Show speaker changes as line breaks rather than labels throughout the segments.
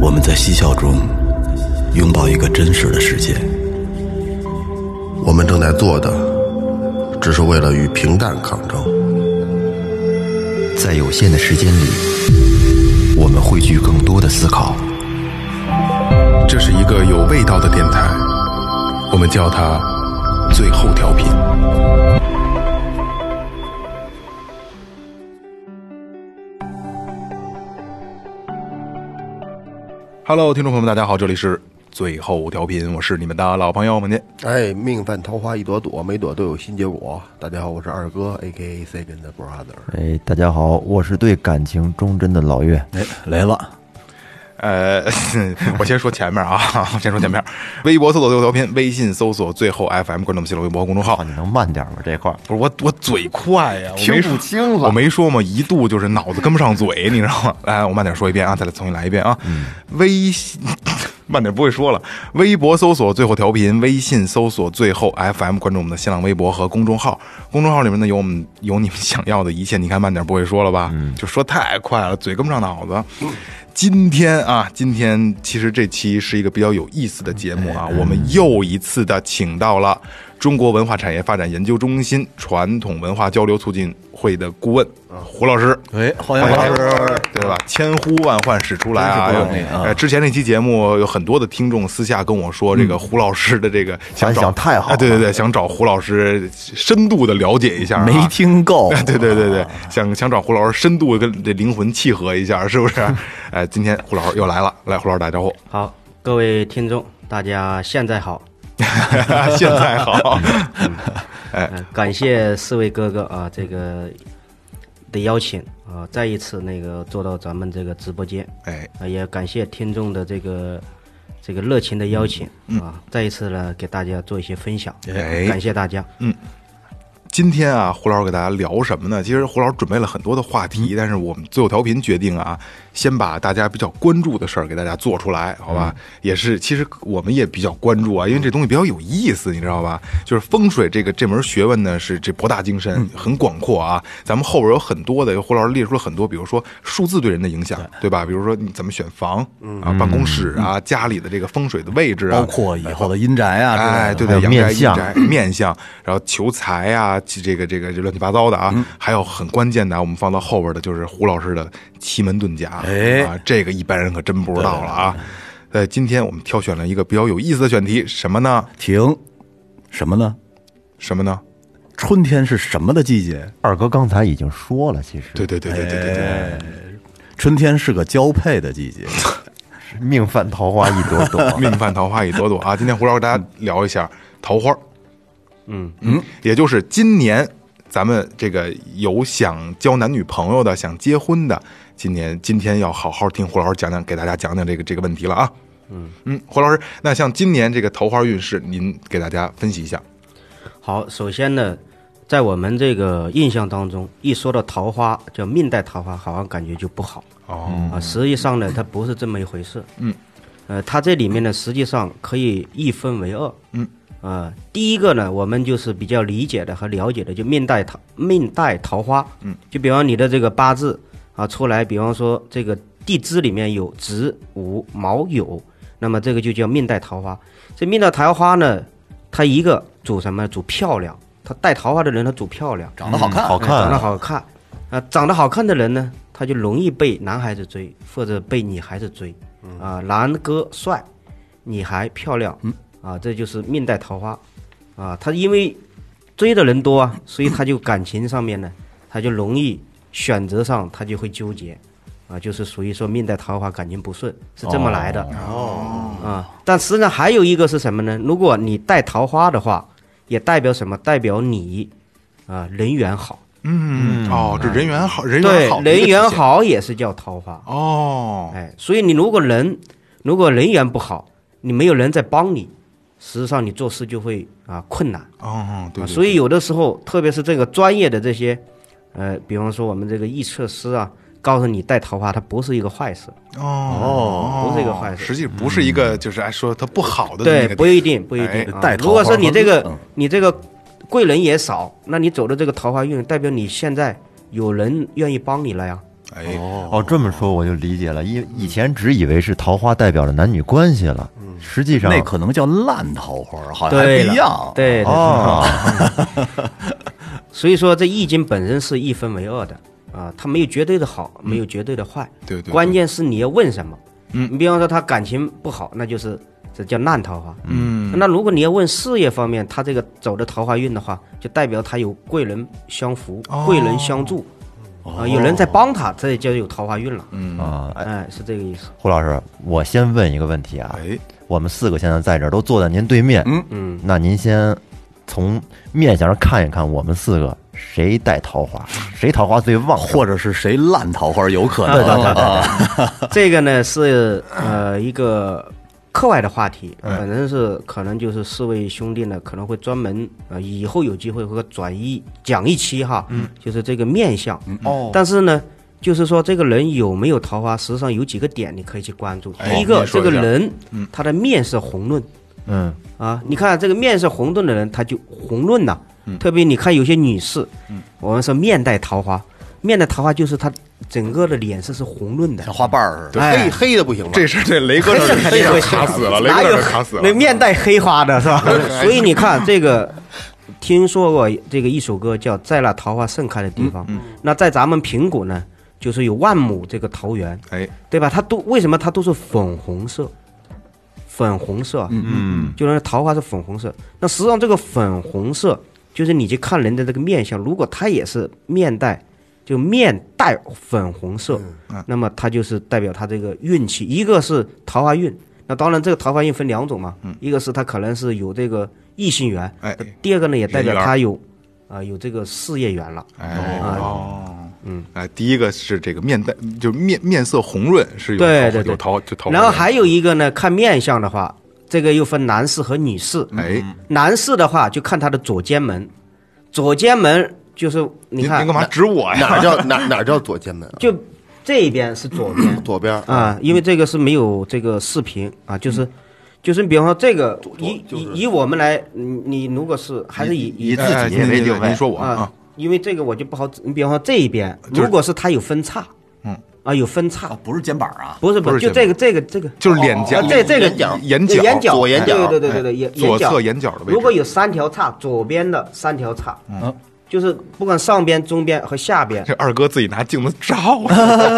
我们在嬉笑中拥抱一个真实的世界。
我们正在做的，只是为了与平淡抗争。
在有限的时间里，我们汇聚更多的思考。
这是一个有味道的电台，我们叫它“最后调频”。Hello，听众朋友们，大家好，这里是最后调频，我是你们的老朋友孟杰。
哎，命犯桃花一朵朵，每朵都有新结果。大家好，我是二哥，A K A Second Brother。
哎，大家好，我是对感情忠贞的老岳。
哎，来了，
呃， 我先说前面啊， 我先说前面。微博搜索最后调频，微信搜索最后 FM，关注我们新浪微博和公众号。
哎
你能慢点吗？这块儿
不是我，我嘴快呀，我没
听不清了
我没说嘛，一度就是脑子跟不上嘴，你知道吗？来，我慢点说一遍啊，再来重新来一遍啊。
嗯
微信 慢点不会说了，微博搜索最后调频，微信搜索最后 FM，关注我们的新浪微博和公众号。公众号里面呢有我们有你们想要的一切，你看慢点不会说了吧？
嗯
就说太快了，嘴跟不上脑子。今天啊，今天其实这期是一个比较有意思的节目啊，
哎
我们又一次的请到了中国文化产业发展研究中心传统文化交流促进会的顾问呃胡老师。
哎，欢迎老师。
对吧？千呼万唤始出来啊！
真是不容易啊哎
呃之前那期节目有很多的听众私下跟我说，这个
嗯
胡老师的这个想找
反响太好了
哎对对对，想找胡老师深度的了解一下啊，
没听 够，
对对对对，想想找胡老师深度跟这灵魂契合一下，是不是？ 哎，今天胡老师又来了，来胡老师打招呼，
好，各位听众，大家现在好，
现在好，
呃，感谢四位哥哥啊，这个的邀请啊，再一次那个做到咱们这个直播间，
哎，
啊，也感谢听众的这个这个热情的邀请啊，再一次呢给大家做一些分享，
哎
感谢大家，
今天啊，胡老师给大家聊什么呢？其实胡老师准备了很多的话题，但是我们最后调频决定啊，先把大家比较关注的事儿给大家做出来，好吧？也是，其实我们也比较关注啊，因为这东西比较有意思，你知道吧？就是风水这个这门学问呢，是这博大精深，很广阔啊。咱们后边有很多的，胡老师列出了很多，比如说数字对人的影响，对吧？比如说你怎么选房啊、办公室啊、家里的这个风水的位置啊，
包括以后的阴宅啊，
哎，
之
对
类的
对，
面
阳宅、阴
相
宅、面相，然后求财啊，这这个这个这乱七八糟的啊，还有很关键的啊，我们放到后边的就是胡老师的奇门遁甲，
哎
啊，这个一般人可真不知道了啊。呃，今天我们挑选了一个比较有意思的选题，什么呢？
停，什么呢？
什么呢？
春天是什么的季节？
二哥刚才已经说了，其实
对对对对对对对，。
春天是个交配的季节。
命犯桃花一朵朵
命犯桃花一朵朵啊！今天胡老师给大家聊一下桃花，
嗯
嗯，也就是今年咱们这个有想交男女朋友的、想结婚的，今年今天要好好听胡老师讲讲，给大家讲讲这个这个问题了啊。嗯嗯，胡老师，那像今年这个桃花运势，您给大家分析一下。
好，首先呢，在我们这个印象当中，一说到桃花，叫命带桃花，好像感觉就不好。
哦，
啊，实际上呢，它不是这么一回事。
嗯，
呃，它这里面呢，实际上可以一分为二。
嗯，
啊，第一个呢，我们就是比较理解的和了解的，就命带桃命带桃花。
嗯，
就比方你的这个八字啊，出来，比方说这个地支里面有子午卯酉，那么这个就叫命带桃花。这命带桃花呢，它一个主什么？主漂亮。他带桃花的人，他主漂 亮，
长得好
嗯
看，
好
哎长得
看，
好看啊，长得好看的人呢，他就容易被男孩子追，或者被女孩子追啊。男哥帅，女孩漂亮，啊，这就是命带桃花啊。他因为追的人多啊，所以他就感情上面呢，他就容易选择上他就会纠结啊，就是属于说命带桃花，感情不顺是这么来的啊。但实际上还有一个是什么呢？如果你带桃花的话，也代表什么？代表你啊人缘好。
嗯，哦，这人缘好，人
对
缘好，，
人缘。好也是叫桃花。
哦，
哎，所以你如果人如果人缘不好，你没有人在帮你，实际上你做事就会啊困难。
哦，对对，
啊，所以有的时候，特别是这个专业的这些，呃，比方说我们这个易测师啊，告诉你带桃花，它不是一个坏事。
哦，
不是一个坏事嗯
实际不是一个，就是哎说他不好的那
对，
个
不一定，不一
哎
定。啊
带桃花
如果说你这个
嗯
你这个贵人也少，那你走的这个桃花运，代表你现在有人愿意帮你了呀。
哎，
哦，这么说我就理解了，以以前只以为是桃花代表着男女关系了，
嗯
实际上
那可能叫烂桃花，
啊
好像还
啊对
不
了
一样。
对，对
哦，
所以说这易经本身是一分为二的啊，它没有绝对的好，没有绝对的坏，
嗯对对对
关键是你要问什么。
嗯
你比方说他感情不好，那就是这叫烂桃花。嗯，那如果你要问事业方面，他这个走的桃花运的话，就代表他有贵人相扶，
哦
贵人相助。啊，有人在帮他，这就有桃花运了。嗯，
啊，哎
哎，是这个意思。
胡老师，我先问一个问题啊，
哎，
我们四个现在在这儿都坐在您对面，嗯嗯，那您先从面相上看一看，我们四个谁带桃花，谁桃花最旺盛，
哦或者是谁烂桃花有可
哦
对对
能
对
啊？
这个呢是呃一个课外的话题，
嗯
反正是可能就是四位兄弟呢可能会专门呃以后有机会会转一讲一期哈，
嗯
就是这个面相哦，但是呢。就是说，这个人有没有桃花，实际上有几个点你可以去关注。
哎
第一个，
你
这
说一
个
下嗯
人他的面色红润
嗯，
啊，你看这个面色红润的人，他就红润呐。
嗯
特别你看有些女士，我们说面带桃花，面带桃花就是她整个的脸色是红润的，
像花瓣儿似的。
黑黑的不行了，
这是这雷哥这
肯定
这
会
卡死了，雷
哪
哥
有
这卡死了，哎
那面带黑花的 是吧？所以你看这个，听说过这个一首歌叫《在那桃花盛开的地方》，
嗯
那在咱们平谷呢，就是有万亩这个桃园，
哎，
对吧？它都为什么它都是粉红色？粉红色，嗯，就是那桃花是粉红色。那实际上这个粉红色，就是你去看人的这个面相，如果他也是面带，就面带粉红色，
啊
那么它就是代表他这个运气。一个是桃花运，那当然这个桃花运分两种嘛，一个是他可能是有这个异性缘，
嗯哎
第二个呢也代表
人缘
他有啊、有这个事业缘了。
哎哦，嗯，哎，第一个是这个面带，就是面面色红润，是有桃
对对对
有桃就桃花的。
然后还有一个呢，看面相的话，这个又分男士和女士。
哎，
男士的话就看他的左肩门，左肩门就是
您
你
您
看
干嘛指我呀？
哪儿叫哪哪儿叫左肩门啊？
就这边是左
嗯
边
左边
啊，因为这个是没有这个视频啊，就是。
嗯
就是你比方说这个，以以以我们来，你你如果是还是以
以自己
哎
为
您
定
您
位
您说我
啊
啊，，
因为这个我就不好指。你比方说这一边，
就是
如果是他有分叉，
嗯哦
啊有分叉
啊，，不是肩膀啊，
不是不
不
是，
是
就
这边
这个这个这个
就是脸颊
啊，这这个
眼角
眼角
眼角，啊
左眼角
对对对对对，眼
哎左
角
侧眼角的位置
如果有三条叉，左边的三条叉，嗯，就是不管上边、中边和 下边，啊
这二哥自己拿镜子照，啊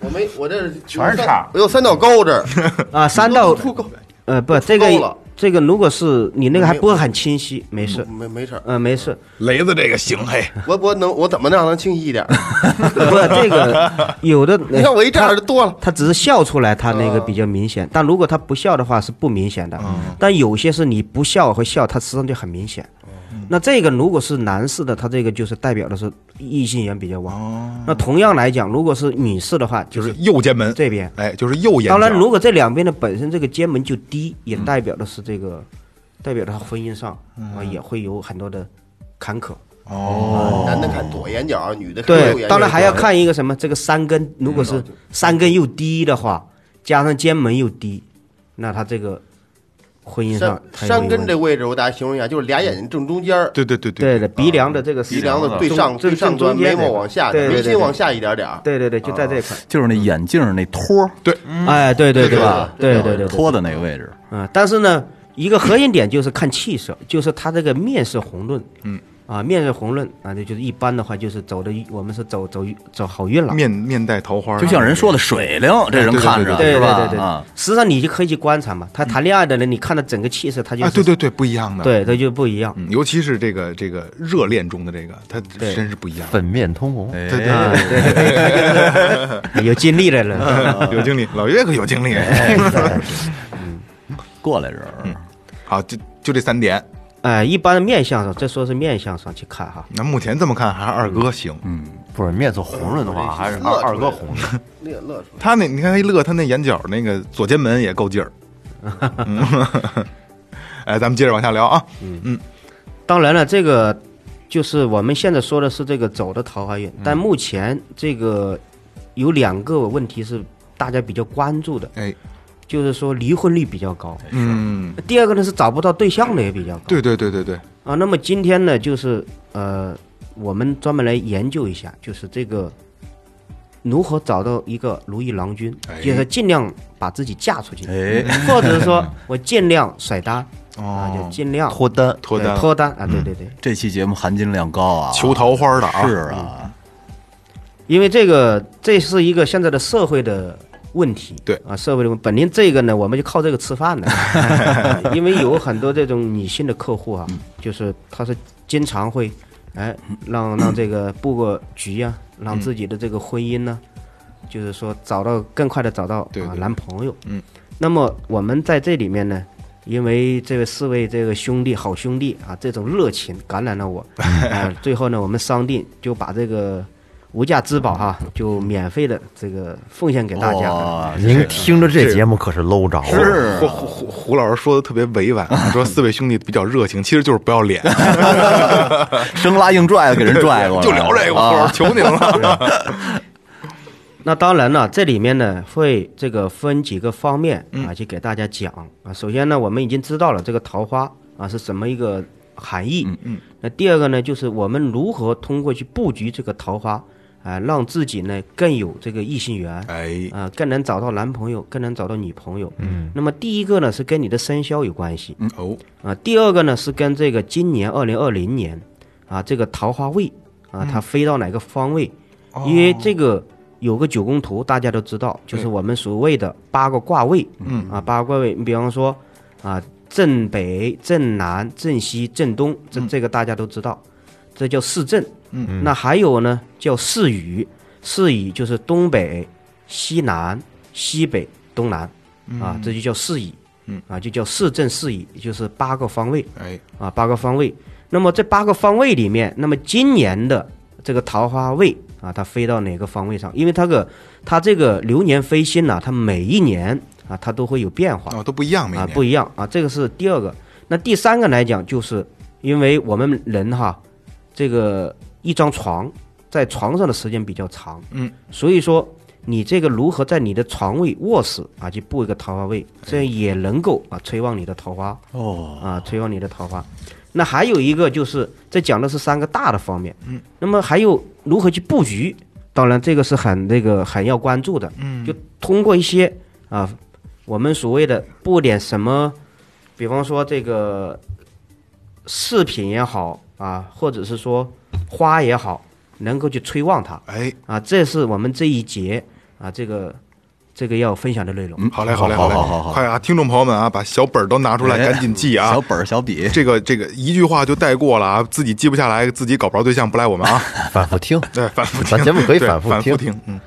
我没我这
全是叉
我有三道沟这儿，
啊，三到呃不，这
够了
个这个如果是你那个还不是很清晰，没事，
没没事儿，
呃没事，
雷子这个行嘿，
我我能我怎么能让它清晰一点 儿？
不 这个有的呃
你看我一这样就多了。
他只是笑出来，他那个比较明显。但如果他不笑的话，是不明显的。但有些是你不笑和笑，他实际上就很明显。那这个如果是男士的，他这个就是代表的是异性缘比较旺。那同样来讲，如果是女士的话，
就
就
是
是
右肩门
这边。
哎，就是右眼角。
当然，如果这两边的本身这个肩门就低，也代表的是这个，代表他婚姻上啊也会有很多的坎坷。
男的看左眼角，女的看右眼
哦对，
角。
当然还要看一个什么，这个山根，如果
嗯
是山根又低的话，加上肩门又低，那他这个婚姻上
山
他有没
山
有
根这
问题
个位置，我给大家形容一下，就是俩眼睛正中间儿，
对对对啊
对的鼻梁的这个啊
鼻梁的最
中
上
正
最上端，
正中
眉
间
毛
这个
往下，
对
眉
对对
心往下一点点儿。
对对对，就在这块，
就是那眼镜儿那托儿，
对，
啊
哎，对对
对
吧
吧？
对对对，对
托的那个位置。
啊，但是呢，一个核心点就是看气色， 就是他这个面色红润，嗯，啊，面色红润啊，这就是一般的话就是走的，我们是走走走好运了，
面面带桃花，
就像人说的水灵，这人看着
嗯对
是
对
吧？
对对
啊，，
实际上你就可以去观察嘛，他谈恋爱的人，你看他整个气色，他就
啊，
是
对对对，不一样的。，
对，他就不一样。
嗯，尤其是这个这个热恋中的这个，他真是不一样。
粉面通红，
对对
啊，对对啊对， 有经历的人。
对，有经历，老岳可有经历。
哎
过来人儿，
嗯
好，就就这三点。
哎，一般面相上，这说是面相上去看哈。
那目前这么看，还是二哥行。
嗯
不是面色红润的话，还是
乐
二
出来
二哥红润。
乐乐出
他那你看他一乐，他那眼角那个左肩门也 够劲儿。嗯 哎，咱们接着往下聊啊。
当然了，这个就是我们现在说的是这个走的桃花运，
嗯
但目前这个有两个问题是大家比较关注的，
哎，
就是说离婚率比较高，
嗯，
第二个呢是找不到对象的也比较高。
对对对对对，
啊，那么今天呢，就是呃，我们专门来研究一下，就是这个如何找到一个如意郎君
哎，
就是尽量把自己嫁出去，
哎，
或者说我尽量甩单啊，就
哦，
尽量
脱单，
脱
对
单，嗯
脱单啊，对对对，
这期节目含金量高啊，
求桃花的啊，
是啊，
因为这个这是一个现在的社会的问题，
对
啊，社会的问本身这个呢，我们就靠这个吃饭的， 因为有很多这种女性的客户
嗯
啊，就是她是经常会，哎，
嗯
让让这个布个局呀、让自己的这个婚姻呢、就是说找到更快的找到
对
啊
对
男朋友，
嗯，
那么我们在这里面呢。因为这位四位这个兄弟好兄弟啊，这种热情感染 了我，啊，最后呢，我们商定就把这个无价之宝哈，就免费的这个奉献给嗯大家。
哦
哇，
您听着这节目可是搂着了，
是
胡胡胡胡老师说的特别委 婉，说四位兄弟比较热情，其实就是不要脸，
生拉硬拽的给人拽 过来，
就聊这个，胡老
啊
师求 您了。
那当然了，这里面呢会这个分几个方面啊去给大家讲啊。首先呢，我们已经知道了这个桃花啊是什么一个含义。嗯嗯。那第二个呢，就是我们如何通过去布局这个桃花啊，让自己呢更有这个异性缘。
哎，
啊，更能找到男朋友，更能找到女朋友。嗯，那么第一个呢是跟你的生肖有关系，
哦，
啊，第二个呢是跟这个今年二零二零年啊这个桃花位啊，它飞到哪个方位？因为这个有个九宫图，大家都知道，就是我们所谓的八个卦位。嗯啊，八个卦位，你比方说啊，正北、正南、正西、正东，这这个大家都知道，这叫四正。嗯，那还有呢叫四雨，四雨就是东北、西南、西北、东南啊，这就叫四雨。啊，就叫四正四乙，也就是八个方位
哎，
啊，八个方位。那么这八个方位里面，那么今年的这个桃花位啊，它飞到哪个方位上？因为它个它这个流年飞星呢、它每一年啊，它都会有变化
哦，都不一样，每
啊，
年
不一样啊。这个是第二个。那第三个来讲，就是因为我们人哈，这个一张床在床上的时间比较长，
嗯，
所以说你这个如何在你的床位卧室啊去布一个桃花位，这样也能够啊催旺你的桃花
哦，
啊，催旺你的桃花。那还有一个就是，这讲的是三个大的方面，嗯，那么还有如何去布局，当然这个是很这个很要关注的，嗯，就通过一些啊，我们所谓的布点什么，比方说这个饰品也好啊，或者是说花也好，能够去催旺它
哎，
啊，这是我们这一节啊这个这个要分享的内容。
嗯，好嘞，好嘞，嘞，
好好好好
快啊，听众朋友们啊，把小本儿都拿出来，
哎
赶紧记啊
小。本儿小笔，
这个这个一句话就带过了啊，自己记不下来，自己搞不着对象，不赖我们啊。
反复听，
对，反复听，
咱节目可以
对
反
反
复
听，
听
嗯。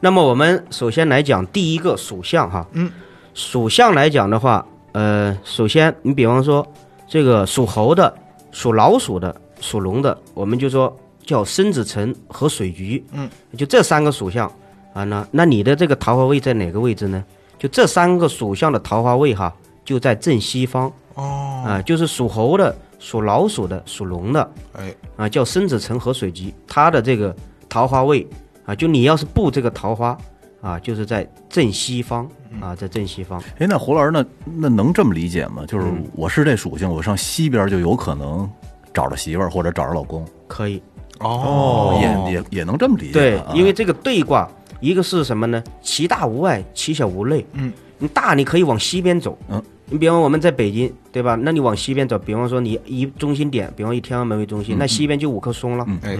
那么我们首先来讲第一个属相哈，嗯，属相来讲的话，呃，首先你比方说这个属猴的、属老鼠的、属龙的，我们就说叫申子辰和水鱼，嗯，就这三个属相啊，那那你的这个桃花位在哪个位置呢？就这三个属相的桃花位哈，就在正西方
哦，
啊，就是属猴的、属老鼠的、属龙的，
哎，
啊，叫生子辰和水局，它的这个桃花位啊，就你要是布这个桃花啊，就是在正西方啊，在正西方。
哎，那胡老师，那那能这么理解吗？就是
嗯
我是这属性，我上西边就有可能找着媳妇儿或者找着老公，
可以，
哦，
也也也能这么理解。
对
啊，
因为这个对卦，一个是什么呢？其大无外，其小无内。嗯，你大你可以往西边走。
嗯，
你比方我们在北京，对吧？那你往西边走，比方说你以中心点，比方以天安门为
嗯
中心，那西边就五棵松了。
哎，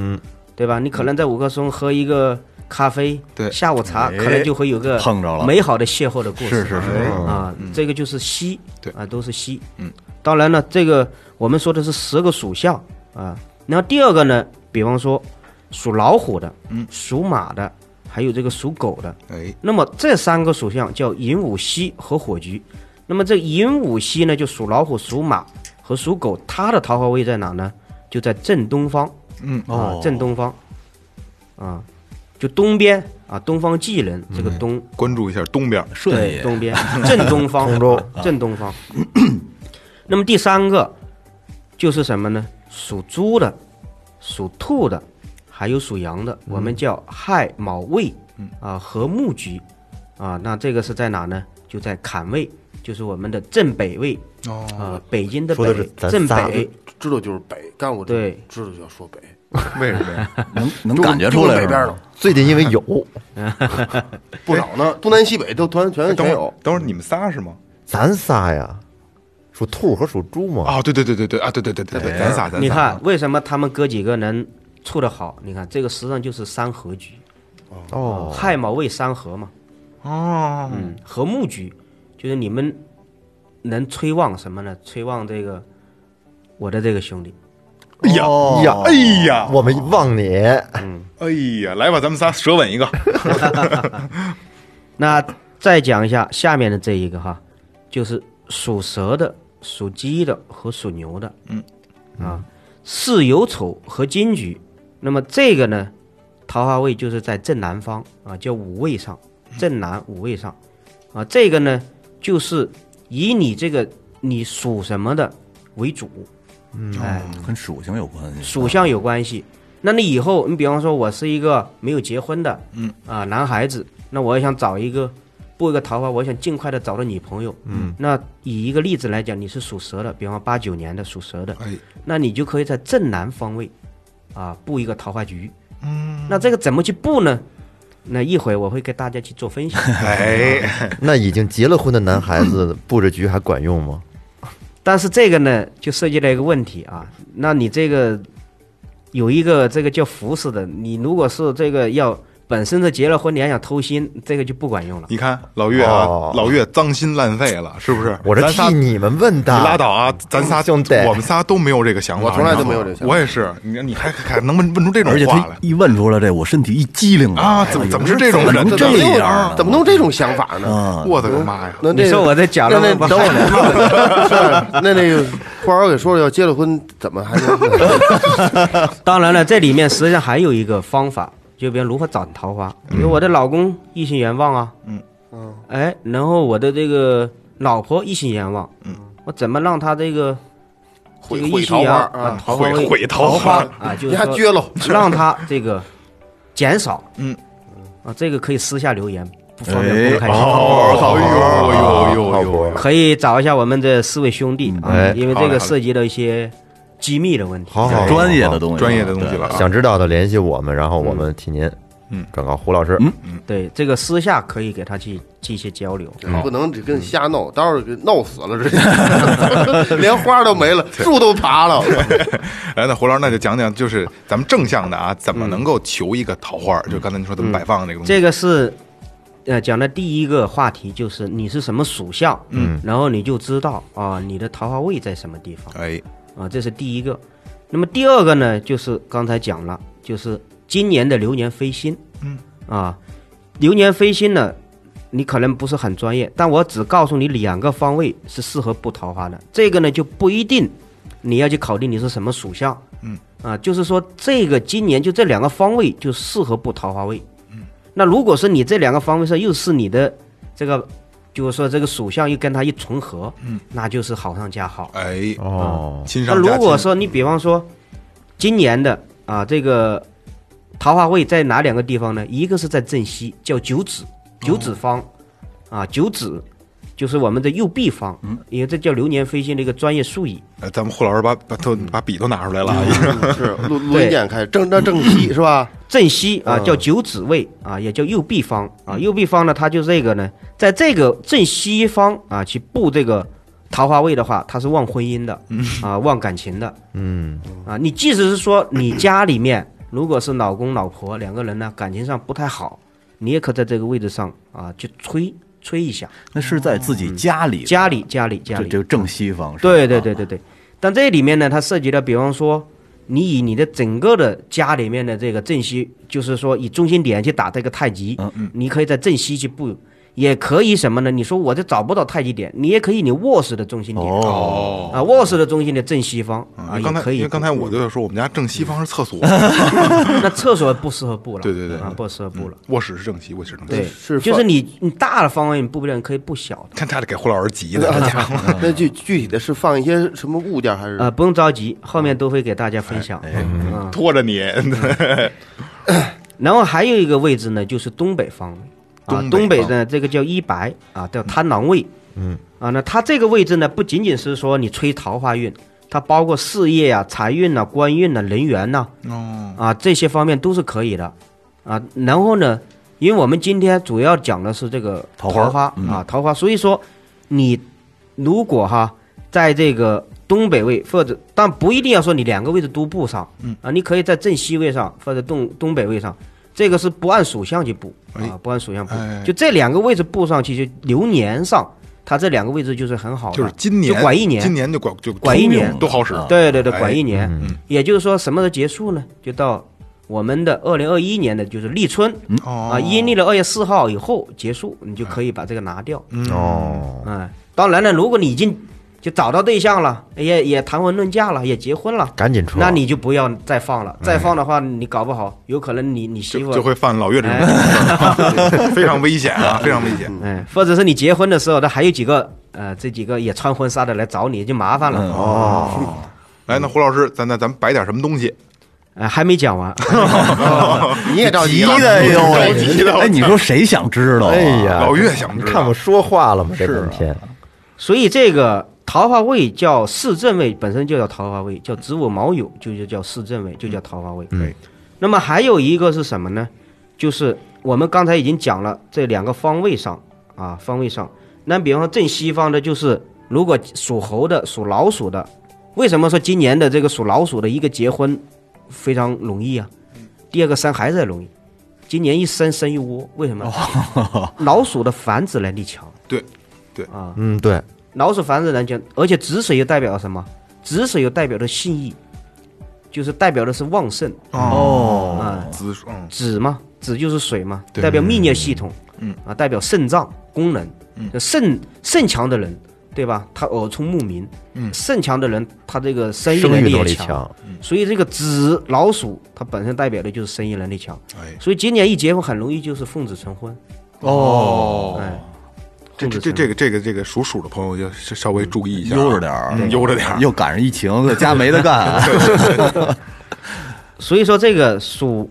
对吧？你可能在五棵松喝一个咖啡，
对
下午茶
哎
可能就会有个
碰着了
美好的邂逅的故事，
是嗯是是
哎哦
啊，这个就是西，
嗯对
啊，都是西，
嗯，
当然了，这个我们说的是十个属相啊，然后第二个呢，比方说属老虎的，嗯，属马的，还有这个属狗的，
哎，
那么这三个属相叫寅午戌和火局。那么这寅午戌呢，就属老虎、属马和属狗，它的桃花位在哪呢？就在正东方。
嗯，
啊，正东方，啊，就东边啊，东方济人，这
嗯
个东
关注一下东边，
顺
对，
义
东边正东方，通州正东方。那么第三个就是什么呢？属猪的、属兔的，还有属羊的，我们叫亥卯未啊和木局啊。那这个是在哪呢？就在坎位，就是我们的正北位
哦，
啊，北京的
说的是
北
咱
正
仨
北
知道就是北，干我
对
知道就要说北，
为什么呀？
能能
就
感觉出
就
来
北
是
边
吧
了？，
最近因为有，
不少呢，
哎
东南西北都全全
哎等
全
会
有
儿，。等会儿你们仨是吗？
咱仨呀，属兔和属猪嘛，
哦，对对对对对啊，对对对对对，咱仨咱仨，啊
你看为什么他们哥几个能处得好？你看这个实际上就是三合局，
哦，
亥卯未三合嘛，
哦，
嗯，和睦局就是你们能催旺什么呢？催旺这个我的这个兄弟，
哎呀哎呀哎呀
哦我们望你，
哎呀，来吧，咱们仨舌吻一个，
那再讲一下下面的这一个哈，就是属蛇的、属鸡的和属牛的，嗯，啊，巳酉丑和金局，那么这个呢，桃花位就是在正南方啊，叫五位上，正南五位上，啊，这个呢就是以你这个你属什么的为主，嗯，哎，
跟属性有关系，
属相有关系。那你以后，你比方说我是一个没有结婚的，嗯啊男孩子，那我也想找一个布一个桃花，我想尽快的找到女朋友，嗯，那以一个例子来讲，你是属蛇的，比方八九年的属蛇的，
哎，
那你就可以在正南方位啊布一个桃花局，嗯，那这个怎么去布呢？那一会我会给大家去做分析，
哎，
那已经结了婚的男孩子布置局还管用吗？
但是这个呢，就涉及到一个问题啊，那你这个有一个这个叫服饰的，你如果是这个要本身是结了婚，你还想偷心，这个就不管用了。
你看老岳啊
哦，
老岳脏心烂肺了，是不是？
我这
咱仨
替你们问的，
你拉倒啊！咱仨
兄弟
我们仨都没有这个想法，
我从来都没有这个想法
我也是，你你还还能问问出这种
而且
话
他
来？
一问出来这，我身体一激灵
啊
哎
怎么
呦
怎么是这种人
能
呢
这样呢？
怎么能有这种想法呢？
啊？
我的个妈呀！
那这
你说我在讲了
那
吗
那等会儿，是 那那个花儿给说了，要结了婚怎么还 能？
当然了，这里面实际上还有一个方法，就比如如何找桃花。比如我的老公异性缘旺啊，嗯嗯，哎，然后我的这个老婆异性缘旺，嗯，我怎么让她这个这
毁
个异
毁
性
桃
缘
花
啊
啊，
桃花
毁
位
毁桃花
啊，就是
你还
说
撅喽？
让他这个减少。
嗯，
啊，这个可以私下留言，不方便公开。
哦，哎呦
啊
哎呦哎呦哎呦！
可以找一下我们这四位兄弟啊
哎，
因为
好嘞嗯好嘞
这个涉及到一些机密的问题。
好好
专业的东西了，
哦专业的东西了
对
啊！
想知道的联系我们，然后我们替您，
嗯，
转告胡老师，
嗯
对，这个私下可以给他去进行交流。
不能只跟瞎弄，到时候给弄死了， 这连花都没了，树都爬了。
来，那胡老师，那就讲讲，就是咱们正向的啊，怎么能够求一个桃花儿？就刚才您说怎么摆放这个东西，
这个是，呃，讲的第一个话题就是你是什么属相，嗯，然后你就知道啊、你的桃花位在什么地方
哎，
啊、这是第一个。那么第二个呢，就是刚才讲了，就是今年的流年飞星，嗯，啊，流年飞星呢，你可能不是很专业，但我只告诉你两个方位是适合布桃花的，这个呢就不一定你要去考虑你是什么属相，嗯，啊，就是说这个今年就这两个方位就适合布桃花位，嗯，那如果是你这两个方位上又是你的这个，就是说这个属相又跟它一重合，嗯，那就是好上加好，
哎，
哦，
亲
那
上加亲。
如果说你比方说，今年的啊这个桃花位在哪两个地方呢？一个是在正西，叫九子，
哦
九子方、啊，九子就是我们的右臂方，
嗯
也这叫流年飞星的一个专业术语。
哎咱们胡老师把把都把笔都拿出来了，啊，
嗯是录录音点开，正那正西 是吧？
正西啊，叫九子位啊，也叫右臂方啊。右臂方呢，它就这个呢，在这个正西方啊去布这个桃花位的话，它是旺婚姻的，啊，旺感情的，嗯，啊，你即使是说你家里面如果是老公老婆两个人呢感情上不太好，你也可在这个位置上啊去吹吹一下，
那是在自
嗯
己家里，
家里家里家
这
里，
这个正西方，是吧
对对对，对对。但这里面呢，它涉及到，比方说，你以你的整个的家里面的这个正西，就是说以中心点去打这个太极，
嗯
你可以在正西去布，也可以什么呢？你说我这找不到太极点，你也可以你卧室的中心点，
哦。
啊，卧室的中心的正西方啊，
刚
也
才
可
因
以
为
布。
刚才我就要说，我们家正西方是厕所，
那厕所不适合布了，
对对对
啊，不适合布了。
卧室是正西，卧室是正西。
对，
是
就是你你大的方位你布不了，你可以布小的。
看他这给胡老师急
啊
的，这家伙。
那具具体的是放一些什么物件还是？
呃，不用着急，后面都会给大家分享。
嗯哎拖着你，
然后还有一个位置呢，就是东北方位啊，
东
东
北
北
方
呢这个叫一白啊，叫贪狼位，嗯啊，那它这个位置呢，不仅仅是说你吹桃花运，它包括事业啊、财运呐、官运呐、人缘呐、
哦，
啊这些方面都是可以的啊。然后呢，因为我们今天主要讲的是这个
桃花
花啊桃花，所以说你如果哈在这个东北位或者，但不一定要说你两个位置都补上，嗯啊，你可以在正西位上或者东东北位上，这个是不按属相去补
哎
啊，不按属相补
哎，
就这两个位置补上去，就流年上。它这两个位置就是很好的，
就是今年
就管一年，
今年就管就
管一年
都好使。
啊
对对对，
哎
管一年，
嗯
也就是说什么时候结束呢？就到我们的二零二一年的就是立春、
哦
啊，阴历的二月四号以后结束，你就可以把这个拿掉。嗯，
哦，
当然了，如果你已经就找到对象了，也也谈婚论嫁了，也结婚了。
赶紧撤。
那你就不要再放了，再放的话，你搞不好有可能你你媳
嗯就
妇
就会犯老岳这种
哎
事儿， 非常危险啊，非常危险。
哎，或者是你结婚的时候，那还有几个呃，这几个也穿婚纱的来找你，就麻烦了。
嗯
哦
来，那胡老师，咱那咱们摆点什么东西？
哎，还没讲完，
你也着
急
急了啊
的哎呦
着急的
喂！哎，你说谁想知道啊？
哎 呀，
老岳想知道
你看我说话了吗？这半天，
所以这个桃花位叫四正位，本身就叫桃花位，
嗯
叫子午卯酉，就就叫四正位，就叫桃花位。
嗯，
那么还有一个是什么呢？就是我们刚才已经讲了这两个方位上啊，方位上。那比方说正西方的，就是如果属猴的、属老鼠的，为什么说今年的这个属老鼠的一个结婚非常容易啊？
嗯
第二个生孩子也容易，今年一生生一窝，为 什么？老鼠的繁殖能力强。啊
对，
嗯，对，
老鼠繁殖能强，而且子水又代表了什么？子水又代表着信义，就是代表的是旺盛
哦
啊，。
子鼠，嗯
子嘛，子就是水嘛，
对
代表泌尿系统，
嗯
啊，代表肾脏功能，
嗯
就肾肾强的人，对吧？他耳聪目明，
嗯
肾强的人他这个生育
生
能
育
力
能
也
力
强，，所以这个子老鼠它本身代表的就是生育能力强，
哎，
所以今年一结婚很容易就是奉子成婚，
哦
哎，
这这这这个这个这个属鼠的朋友要稍微注意一下啊，
悠着点儿
嗯悠着点儿。
又赶上疫情，在家没得干。啊
所以说，这个属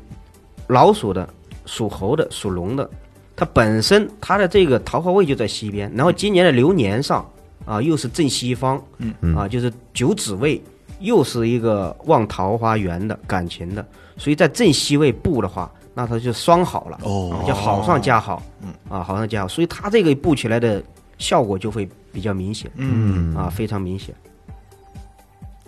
老鼠的、属猴的、属龙的，它本身它的这个桃花位就在西边，然后今年的流年上啊，又是正西方，嗯啊，就是九紫位，又是一个旺桃花源的感情的，所以在正西位布的话，那它就双好了，
哦，
就好上加好，嗯啊，好上加好，所以它这个布起来的效果就会比较明显，嗯啊，非常明显。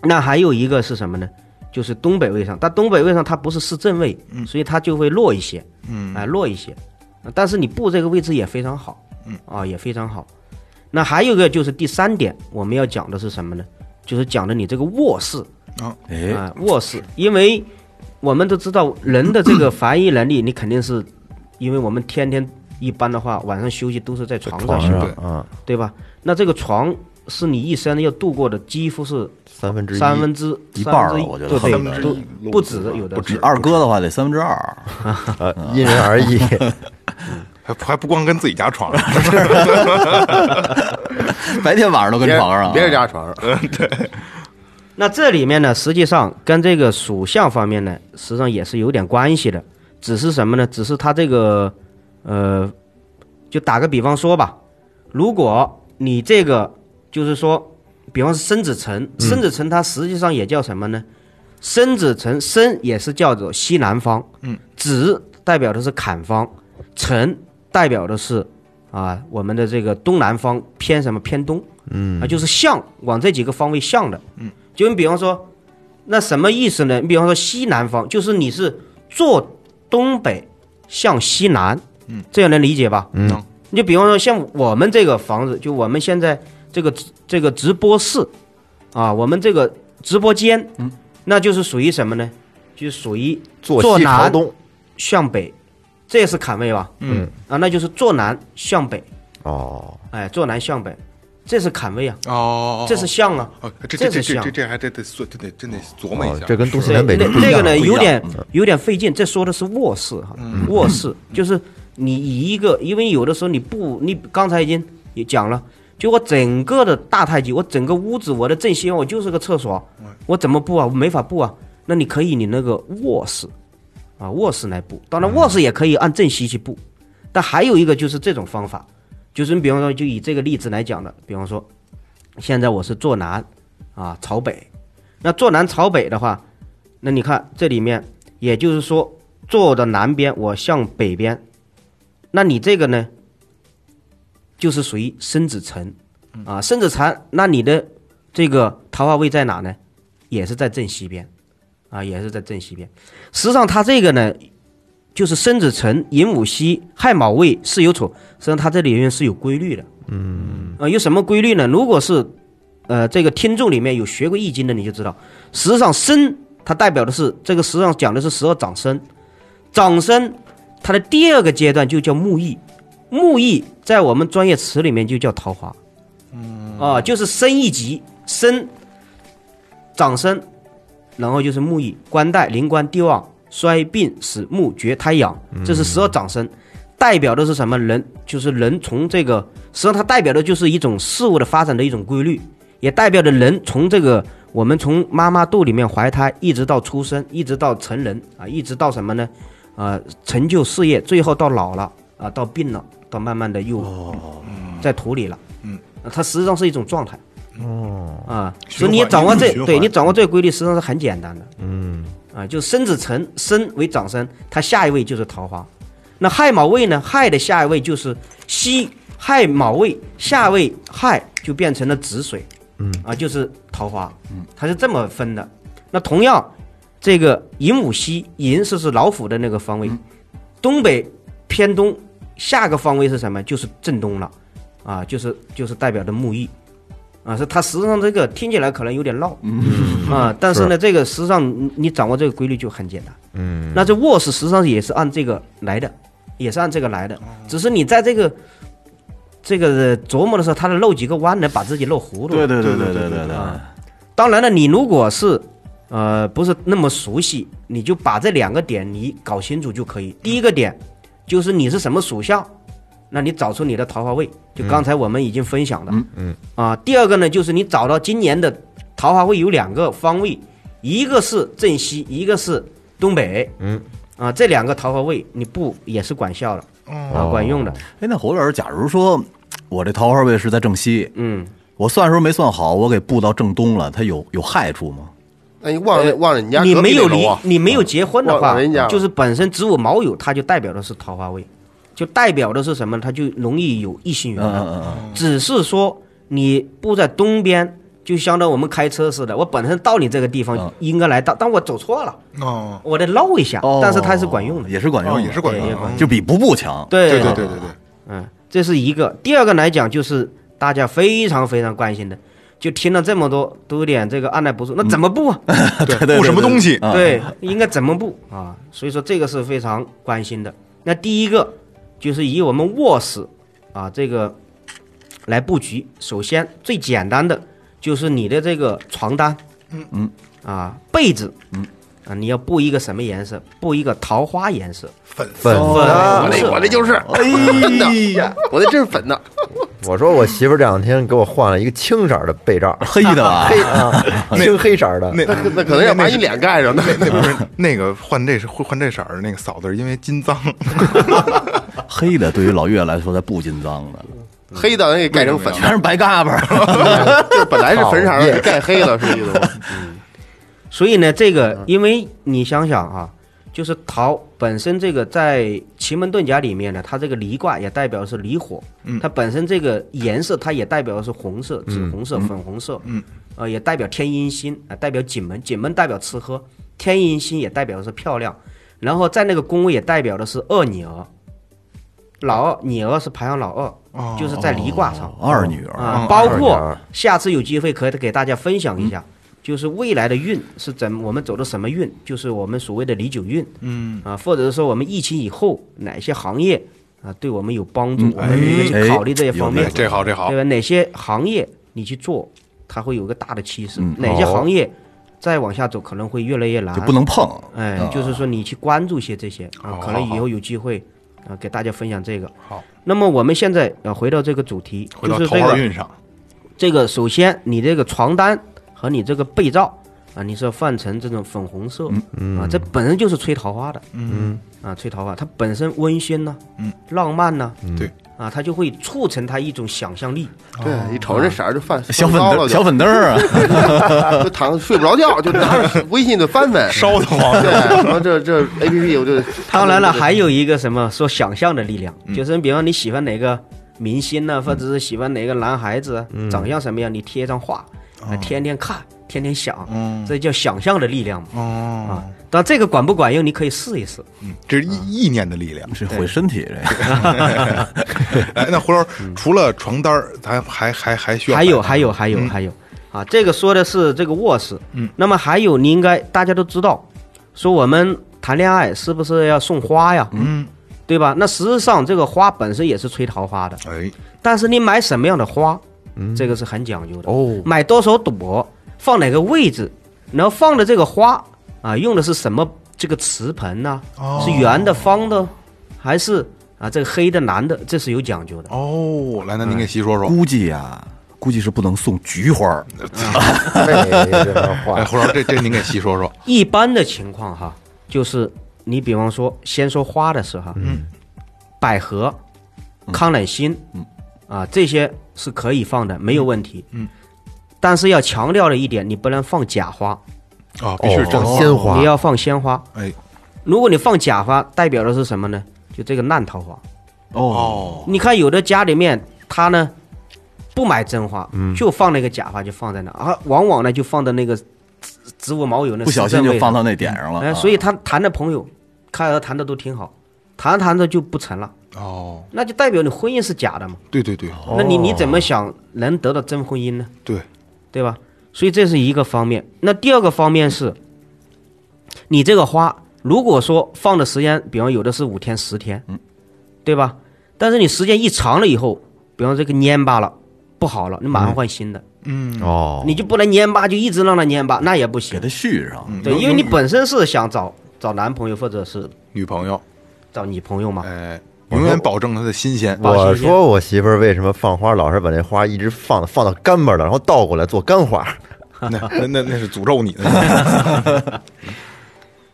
那还有一个是什么呢？就是东北位上，但东北位上它不是市正位，所以它就会弱一些，嗯，哎、弱一些。但是你布这个位置也非常好，嗯啊，也非常好。那还有一个就是第三点，我们要讲的是什么呢？就是讲的你这个卧室，
哎，
啊、卧室，因为我们都知道人的这个繁育能力，你肯定是，因为我们天天一般的话晚上休息都是在床上
床
休息，
上
对
啊，
对吧？那这个床是你一生要度过的，几乎是
三分之一，
三分之
一半儿了
三分之
我觉得
对
恨
对
不得
都
一
不止有的
不止
是
二哥的话得三分之二。
呃，因人而异。
还还不光跟自己家床上，
白天晚上都跟
别
床
啊
上，啊
别人家床上，
那这里面呢，实际上跟这个属相方面呢，实际上也是有点关系的，只是什么呢？只是它这个，呃，就打个比方说吧，如果你这个就是说，比方是生子辰，生子辰它实际上也叫什么呢？生子辰，生也是叫做西南方，嗯，子代表的是坎方，辰代表的是啊我们的这个东南方偏什么偏东，嗯啊就是向往这几个方位向的，嗯，就你比方说，那什么意思呢？你比方说西南方，就是你是坐东北向西南，嗯，这样能理解吧？嗯，你就比方说像我们这个房子，就我们现在这个这个直播室，啊，我们这个直播间，嗯，那就是属于什么呢？就属于
坐
坐
西朝
南
东，
向北，这也是坎位吧？嗯啊，那就是坐南向北，
哦，
哎，坐南向北，这是坎位啊，
哦
这是向啊，
哦，这这这
这是
这
像
这这还得得算，这得真得琢磨一
哦
下。
这跟东西
对，
南北就
那
不一
这个
样。
呢，
不一
有点
样
有点费劲。这说的是卧室哈，卧室就是你以一个，因为有的时候你不，你刚才已经也讲了，就我整个的大太极，我整个屋子，我的正西方我就是个厕所，我怎么布啊？我没法布啊。那你可以你那个卧室啊，卧室来布，当然卧室也可以按正西去布，但还有一个就是这种方法，就是你比方说就以这个例子来讲的，比方说现在我是坐南啊朝北，那坐南朝北的话，那你看这里面，也就是说坐的南边，我向北边，那你这个呢，就是属于申子辰啊，申子辰，那你的这个桃花位在哪呢？也是在正西边，啊，也是在正西边。实际上，它这个呢，就是申子辰、寅午戌、亥卯未、巳酉丑，实际上它这里面是有规律的。嗯，啊，有什么规律呢？如果是，呃，这个听众里面有学过易经的，你就知道，实际上申它代表的是这个，实际上讲的是十二长生，长生它的第二个阶段就叫木易，木易在我们专业词里面就叫桃花。嗯，啊，就是升一级，升长生，然后就是木易、官带、灵官、帝王、衰病、死、木、绝、胎养，这是十二长生，代表的是什么？人就是人从这个，实际上它代表的就是一种事物的发展的一种规律，也代表着人从这个我们从妈妈肚里面怀胎，一直到出生，一直到成人啊，一直到什么呢？呃，成就事业，最后到老了啊，到病了，到慢慢的又、在土里了。哦嗯，它实际上是一种状态。哦啊，所以你掌握这，对你掌握这个规律，实际上是很简单的。嗯啊，就生子辰，生为长生，它下一位就是桃花。那亥卯未呢？亥的下一位就是戌，亥卯未下一位亥就变成了子水，嗯啊，就是桃花，嗯，它是这么分的。那同样，这个寅午戌，寅是是老虎的那个方位，东北偏东，下个方位是什么？就是正东了，啊，就是就是代表的木易，啊，是它实际上这个听起来可能有点绕，啊， 但是呢，这个实际上你你掌握这个规律就很简单，嗯，那这卧室实际上也是按这个来的，也是按这个来的，只是你在这个这个琢磨的时候，它得漏几个弯，能把自己漏糊涂，
对对对对对对对，
当然了，你如果是呃不是那么熟悉，你就把这两个点你搞清楚就可以。第一个点就是你是什么属相，那你找出你的桃花位，就刚才我们已经分享的，嗯嗯啊。第二个呢，就是你找到今年的桃花位有两个方位，一个是正西，一个是东北，嗯啊，这两个桃花位你不也是管校的啊，管用的，
哎，那侯老师，假如说我这桃花位是在正西，
嗯。
我算的时候没算好，我给布到正东了，它有有害处吗？
那你忘了忘了你家
呃你
隔
没
壁
有
那
离
楼啊？
你没有结婚的
忘
话
忘人家，了
就是本身子午卯酉，它就代表的是桃花位，就代表的是什么？它就容易有异性缘
嗯嗯
了。
嗯嗯，
只是说你布在东边，就相当于我们开车似的，我本身到你这个地
嗯
方应该来到，但我走错了，
哦，
我得绕一下，但是它是管用的。
也是管用
哦，
的，
也是管用
对
的
也管，
嗯
就比不布强。
对啊
对对对对对，
嗯，这是一个。第二个来讲，就是大家非常非常关心的，就听了这么多，都有点这个按耐不住。那怎么布啊？
对
对
对，
布什么东西
啊
对，应该怎么布啊？所以说这个是非常关心的。那第一个就是以我们卧室啊这个来布局，首先最简单的就是你的这个床单，嗯嗯啊被子，嗯啊你要布一个什么颜色？布一个桃花颜色，
粉
粉
我
粉
那我
色。
那就是，
哦
哎
真的，我那真是粉的。
我说我媳妇儿这两天给我换了一个青色儿的被罩，
黑的吧？
黑啊， 青黑色儿的。
那
那那可能要把你脸盖上，那
那不是那个换这换这色儿的那个嫂子，是因为金 脏，
黑的对于老岳来说，它不金脏的，
黑的给盖成粉
全是白嘎巴儿。
的，就是 本来是粉色的，给盖黑了，是这意思吗？
所以呢，这个因为你想想啊，就是桃本身这个在奇门遁甲里面呢，它这个离卦也代表是离火，它本身这个颜色它也代表的是红色、紫红色、粉红色，嗯，呃，也代表天阴星啊、代表景门，景门代表吃喝，天阴星也代表的是漂亮，然后在那个宫位也代表的是二女儿，老二女儿是排行老二，就是在离卦上，
二女儿，
啊
嗯，
包
二
括
点
下次有机会可以给大家分享一下，就是未来的运是怎么我们走的什么运，就是我们所谓的离九运，嗯啊，或者是说我们疫情以后哪些行业啊对我们有帮助，我们应该去考虑这些方面
哎，
这好这好
对，吧？哪些行业你去做，它会有个大的趋势
嗯，
哪些
哦
行业再往下走可能会越来越难，
就不能碰。
哎
啊，
就是说你去关注一些这些啊
好，
可能以后有机会啊给大家分享这个。
好，
那么我们现在要回到这个主题，
回
就
到
是
桃
这
花
个
运上，
这个首先你这个床单和你这个被罩啊，你是要换成这种粉红色、啊，这本身嗯就是吹桃花的，嗯啊，吹桃花，它本身温馨呐，嗯，浪漫呐，
对
啊，他就会促成他一种想象力。
对，一瞅这色儿就翻
小粉
翻
灯
高了
儿，
就
小粉灯 儿啊，
就躺着睡不着觉，就拿着微信就翻翻，
烧得慌。
对，然后这这 A P P 我就
当然了，还有一个嗯什么说想象的力量，就是比方你喜欢哪个明星呢，或者是喜欢哪个男孩子，长相什么样，你贴一张画，啊天天看，天天想，这叫想象的力量嘛。
哦，
啊，但这个管不管用，你可以试一试。
嗯 这是意意念的力量。
这毁身体这个。
哎，那胡老师除了床单儿，咱还还还需要
还有
摆
还有还有还有啊，这个说的是这个卧室，
嗯，
那么还有你应该大家都知道，说我们谈恋爱是不是要送花呀？
嗯，
对吧？那实际上这个花本身也是催桃花的，
哎，
但是你买什么样的花，
嗯
这个是很讲究的。
哦，
买多少朵，放哪个位置，然后放的这个花啊，用的是什么这个瓷盆呢、
哦
是圆的、方的，还是啊这个黑的、蓝的？这是有讲究的。
哦，来，那您给细说说。
估计呀，估计是不能送菊花儿，
这这番
哎，
话，
胡老师，这这您给细 说说。
一般的情况哈，就是你比方说，先说花的事哈，嗯，百合、康乃馨，嗯，啊，这些是可以放的，没有问题，
嗯嗯。
但是要强调的一点，你不能放假花，
啊，必须是真
哦
话
鲜花
你要放鲜花。
哎，
如果你放假花，代表的是什么呢？就这个烂桃花。
哦，
你看有的家里面他呢不买真花，就放那个假花，就放在那啊，往往呢就放在那个植植物毛有那
不小
死正
心就
位
放
上
到那点上了啊。
哎，所以他谈的朋友，看来谈的都挺好，谈着谈着就不成了，
哦，
那就代表你婚姻是假的嘛？
对对对
那你你怎么想能得到真婚姻呢？
对，
对吧？所以这是一个方面。那第二个方面是，你这个花如果说放的时间，比方有的是五天、十天，嗯，对吧？但是你时间一长了以后，比方这个蔫巴了，不好了，你马上换新的，
嗯，
哦，
你就不能蔫巴，就一直让它蔫巴，那也不
给
行。
它续上，
对，因为你本身是想找找男朋友或者是
女朋友，
找女朋友嘛，
哎，永远保证她的新 鲜。
保
我
新鲜
说我媳妇儿为什么放花老是把那花一直放放到干巴了，然后倒过来做干花？
那那那那是诅咒你 的。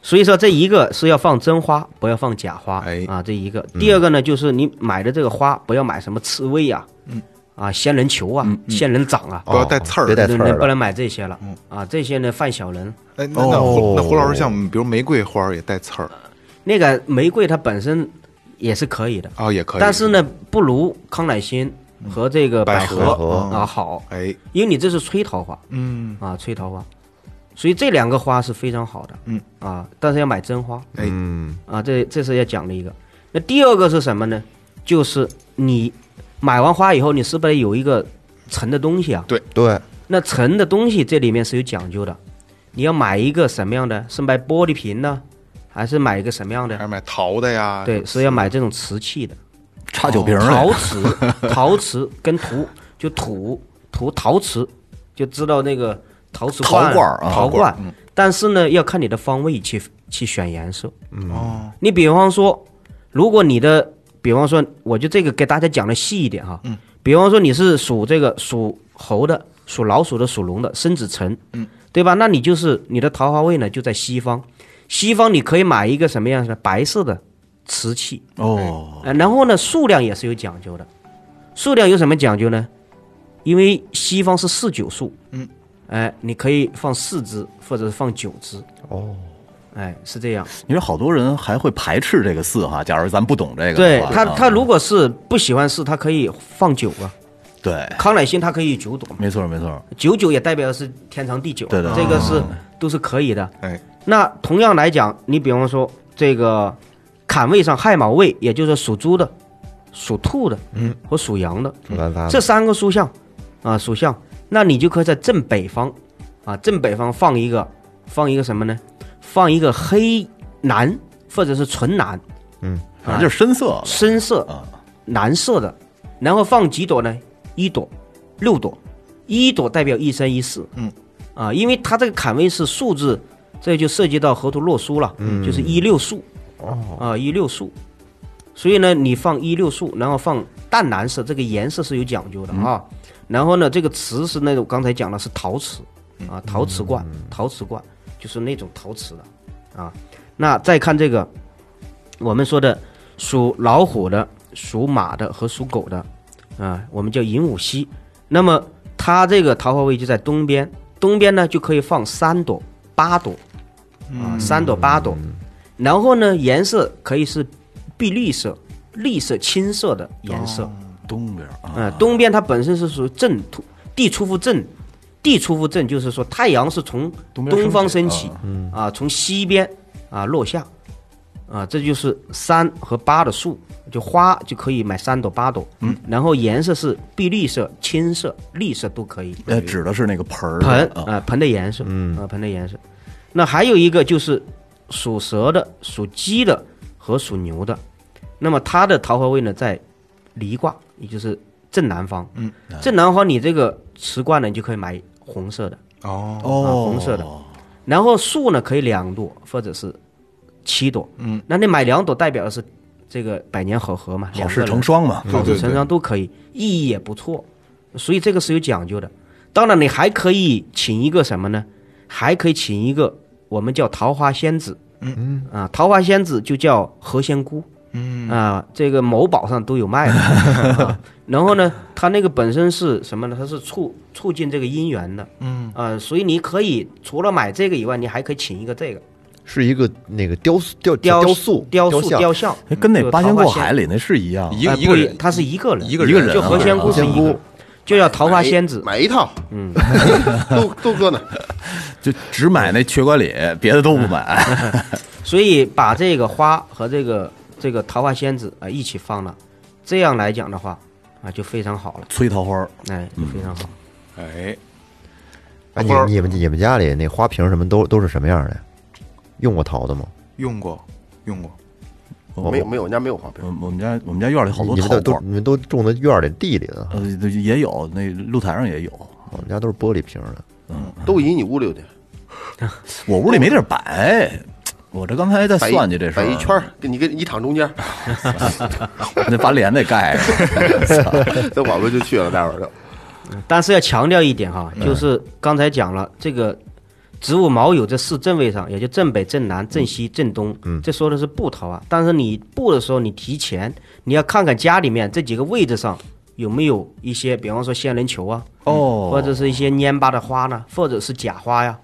所以说这一个是要放真花，不要放假花，
哎
啊，这一个。第二个呢，就是你买的这个花不要买什么刺猬啊，
嗯
啊仙人球啊，仙人掌啊，
不要带刺儿嗯
哦别带
对
刺
对
儿
对，不
了。
能买这些了啊，这些呢犯小人。
哎，那那胡那胡老师像比如玫瑰花儿也带刺儿
那个玫瑰它本身也是可以的，
啊，也可以。嗯
但是，呢不如康乃馨和这个
百合
合
嗯
啊好，
哎，
因为你这是催桃花
嗯，
啊，催桃花，所以这两个花是非常好的，
嗯
啊，但是要买真花，
哎，
嗯，
啊，这这是要讲的一个。那第二个是什么呢？就是你买完花以后，你是不是有一个沉的东西啊？
对，
那沉的东西这里面是有讲究的，你要买一个什么样的？是买玻璃瓶呢，还是买一个什么样
还
的？
买桃的呀？
对，是要买这种啊瓷器的，
插酒瓶儿
哦陶
了。
瓷， 陶瓷跟土就土土陶瓷，就知道那个陶瓷
陶罐儿啊
陶
罐儿
罐。但是呢，要看你的方位去去选颜色。
哦，
你比方说，如果你的，比方说，我就这个给大家讲的细一点哈，嗯，比方说你是属这个属猴的、属老鼠的、属龙的，申子辰，嗯，对吧？那你就是你的桃花位呢就在西方，西方你可以买一个什么样的白色的瓷器，
哦，
呃，然后呢数量也是有讲究的，数量有什么讲究呢？因为西方是四九数，嗯，哎、你可以放四只或者是放九只，
哦，
哎，是这样。
因为好多人还会排斥这个四哈。假如咱不懂这个
对
的话，
他，
啊
他如果是不喜欢四，他可以放九啊。
对，
康乃馨它可以九朵嘛，
没错没错，
九九也代表的是天长地久啊，
对哦对对
这个是都是可以的。
哎，
那同样来讲，你比方说这个坎位上亥卯位，也就是属猪的、属兔的，嗯，和属羊的
土兰撒
这三个属相啊，属相，那你就可以在正北方啊，正北方放一个，放一个什么呢？放一个黑蓝或者是纯蓝，
反正就是深色
深色
啊，
蓝色的，然后放几朵呢？一朵、六朵，一朵代表一生一世。
嗯，
啊，因为它这个坎位是数字，这就涉及到河图洛书了，嗯、就是一六数。哦，啊，一六数，所以呢，你放一六数，然后放淡蓝色，这个颜色是有讲究的啊。然后呢，这个瓷是那种刚才讲的是陶瓷啊，陶瓷罐，陶瓷罐就是那种陶瓷的啊。那再看这个，我们说的属老虎的、属马的和属狗的，啊，我们叫寅午夕。那么它这个桃花位就在东边，东边呢就可以放三朵、八朵，啊，三朵、八朵。然后呢，颜色可以是碧绿色、绿色、青色的颜色。
东边啊，
呃，东边它本身是属于正土地出复正，地出复正就是说太阳是从
东边
东方升
升
起
起，
啊，从西边啊落下，啊，这就是三和八的数，就花就可以买三朵八朵，嗯，然后颜色是碧绿色、青色、绿色都可以，
呃，指的是那个盆儿
盆
啊，
啊盆的颜色，嗯啊盆的颜色，那还有一个就是属蛇的、属鸡的和属牛的，那么它的桃花位呢在离卦，也就是正南方，嗯，正南方你这个瓷罐呢你就可以买红色的，
哦，
啊
哦，
红色的然后树呢可以两朵或者是七朵，嗯，那你买两朵代表的是这个百年好合嘛，
好
两
事
个人
成双嘛，
好
对
事
对
成双都可以，意义也不错，所以这个是有讲究的。当然，你还可以请一个什么呢？还可以请一个我们叫桃花仙子，嗯啊，桃花仙子就叫何仙姑，嗯啊，这个某宝上都 有卖的。啊然后呢，它那个本身是什么呢？它是促促进这个姻缘的，嗯啊，所以你可以除了买这个以外，你还可以请一个这个
是一个那个雕塑雕
雕
塑
雕塑
像
雕像，
哎跟那
嗯就
八仙
桃花
过
仙
海里那是一样，
一个
哎
一
不
个人
他是一个人，啊
一个人一个人啊
就何仙姑是一
何
个
仙
人
姑，
就叫桃花仙子。
买一套，嗯， 都都搁那。
就只买那瘸瓜脸，别的都不买。
所以把这个花和这个这个桃花仙子啊一起放了，这样来讲的话啊就非常好了，
催桃花儿，
哎，就非常好。
哎，
哎，
花儿
你你们你们家里那花瓶什么都都是什么样的呀？用过桃子吗？
用过用过，
我
没有没有，我家没有花瓶。
我我们家我们家院里好多
你们
桃
都都
花，
你们都种在院儿里地里的，
呃，也有那露台上也有。
我们家都是玻璃瓶的。
都移你屋里去，
我屋里没地儿摆，我这刚才在
摆一
算计这事儿，啊
摆一圈儿，给你跟你躺中间儿，
那把脸得盖上。
那我们就去了，待会儿就。
但是要强调一点哈，就是刚才讲了这个植物毛有这四正位上，也就正北、正南、正西、正东，这说的是布桃啊。但是你布的时候，你提前你要看看家里面这几个位置上有没有一些，比方说仙人球啊，
哦
或者是一些蔫巴的花呢，或者是假花呀，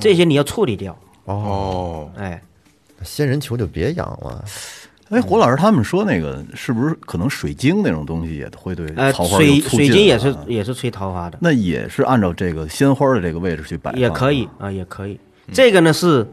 这些你要处理掉。
哦，
哎，
仙人球就别养了，
哎，胡老师他们说那个是不是可能水晶那种东西也会对
呃，
桃花有
水
促
水
进
晶也
啊
是也是催桃花的，
那也是按照这个鲜花的这个位置去摆放，
也可以。啊，也可以。这个呢是，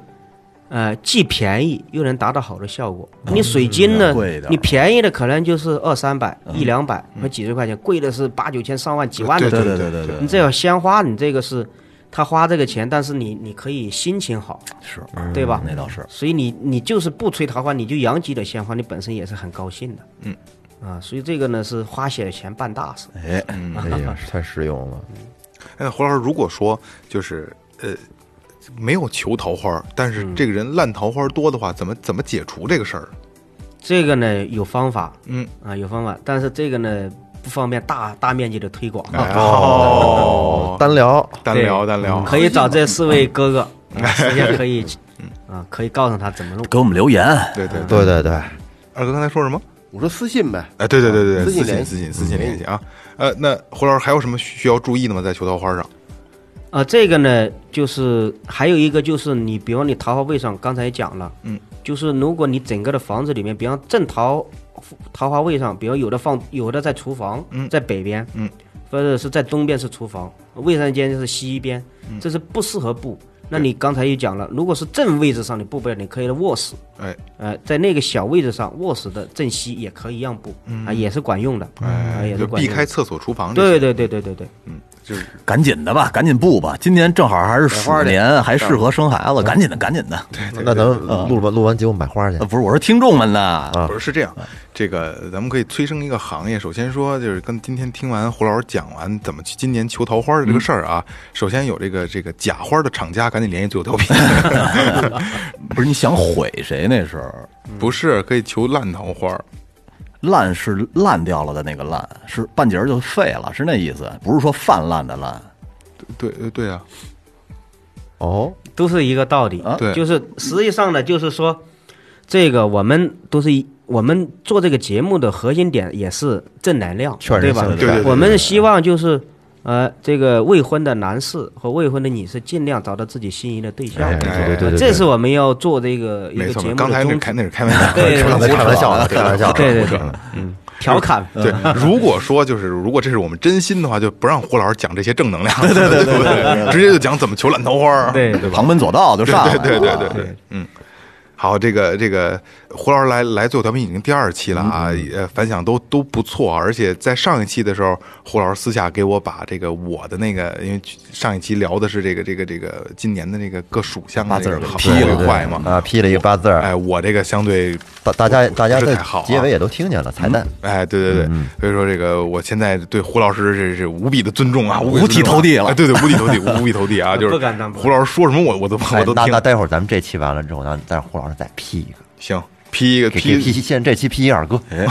呃，既便宜又能达到好的效果。你水晶
嗯
呢
贵一，啊嗯点
你便宜的可能就是二三百、一两百和几十块钱，贵的是八九千、上万、几万的
对
都
对
有。
对对对
你这要鲜花，你这个是，他花这个钱，但是你你可以心情好，
是，
对吧？
那倒是。
所以你你就是不催桃花，你就养几朵鲜花，你本身也是很高兴的。嗯，啊，所以这个呢是花小钱办大事。
哎，
嗯
哎 呀，太实用了。
哎，胡老师，如果说就是呃没有求桃花，但是这个人烂桃花多的话，怎么怎么解除这个事儿？
这个呢有方法，
嗯
啊有方法，但是这个呢不方便大大面积的推广，
啊哎哦，
单聊，
单聊单聊，
嗯可以找这四位哥哥， 啊直接可以，
嗯
啊可以告诉他怎么弄。
给我们留言，
对对对。
对对对，
二哥刚才说什么？
我说私信呗，
哎，对对对对，
私
私
信
信
联
私
系
信私信联系啊。呃，那胡老师还有什么需需要注意的吗？在求桃花上？
啊，这个呢就是还有一个就是你，比方你桃花位上刚才也讲了，
嗯，
就是如果你整个的房子里面，比方正桃桃花位上，比方有的放有的在厨房，嗯，在北边，
嗯，
或者是在东边是厨房，卫生间是西边，
嗯
这是不适合布。那你刚才又讲了，如果是正位置上你布不了，你可以卧室，
哎，
呃，在那个小位置上，卧室的正西也可以让布，啊，也是管用的，啊，
嗯
也
哎就是
管
避
用的
开。厕所、厨房这些。
对对对对对对，
就是
赶紧的吧，赶紧布吧。今年正好还是鼠年，还适合生孩子，
嗯
赶紧的，赶紧的。
那咱们录完录完节目买花去
嗯
呃，不是，我说听众们呢，
不是是这样，这个咱们可以催生一个行业。首先说，就是跟今天听完胡老师讲完怎么去今年求桃花的这个事儿啊，首先有这个这个假花的厂家赶紧联系最后调频，
不是你想毁谁那是？
不是可以求烂桃花，
烂是烂掉了的那个烂，是半截儿就废了，是那意思，不是说泛滥的烂。
对对对啊，
哦，
都是一个道理。
对
就是实际上呢，就是说，这个我们都是一我们做这个节目的核心点也是正能量，
确实
对吧？
是
对对对
我们希望就是，呃，这个未婚的男士和未婚的女士尽量找到自己心仪的对象
哎，，对对对对，
这是我们要做这个一
没
个
错
节，目
刚才
的
那
宗
开
旨。
那是开玩笑，
对
说
刚才
的
开玩笑的，开 玩笑的，
对对对，嗯，调侃，
对，如果说就是如果这是我们真心的话，就不让胡老师讲这些正能量，对对对对对，直接就讲怎么求烂桃花儿，
对
对吧？
旁门左道就上来了，啊
对对对对对对，嗯。好，这个这个胡老师来来最后调频已经第二期了啊，
嗯
呃，反响都都不错，啊而且在上一期的时候，胡老师私下给我把这个我的那个，因为上一期聊的是这个这个这个今年的那个各属相的
八字儿
那个好
批
对
批
对
了
对
坏嘛，
啊，批了一个八字儿，
哎，我这个相对
大大家大家
不是
在
太好啊
结尾也都听见了彩蛋，
哎，对对
嗯
对，所以说这个我现在对胡老师这是无比的尊重啊，
五
无比的尊重
体
啊
投地了
哎对对，无体投地，无无比投地 啊，就是
不敢当不敢当
胡老师说什么我我都
哎
我都
那
听
那，待会儿咱们这期完了之后，咱再让胡老师再 P 一个，
行，批一个
给给
批
P 现这期 P 一二哥，
哎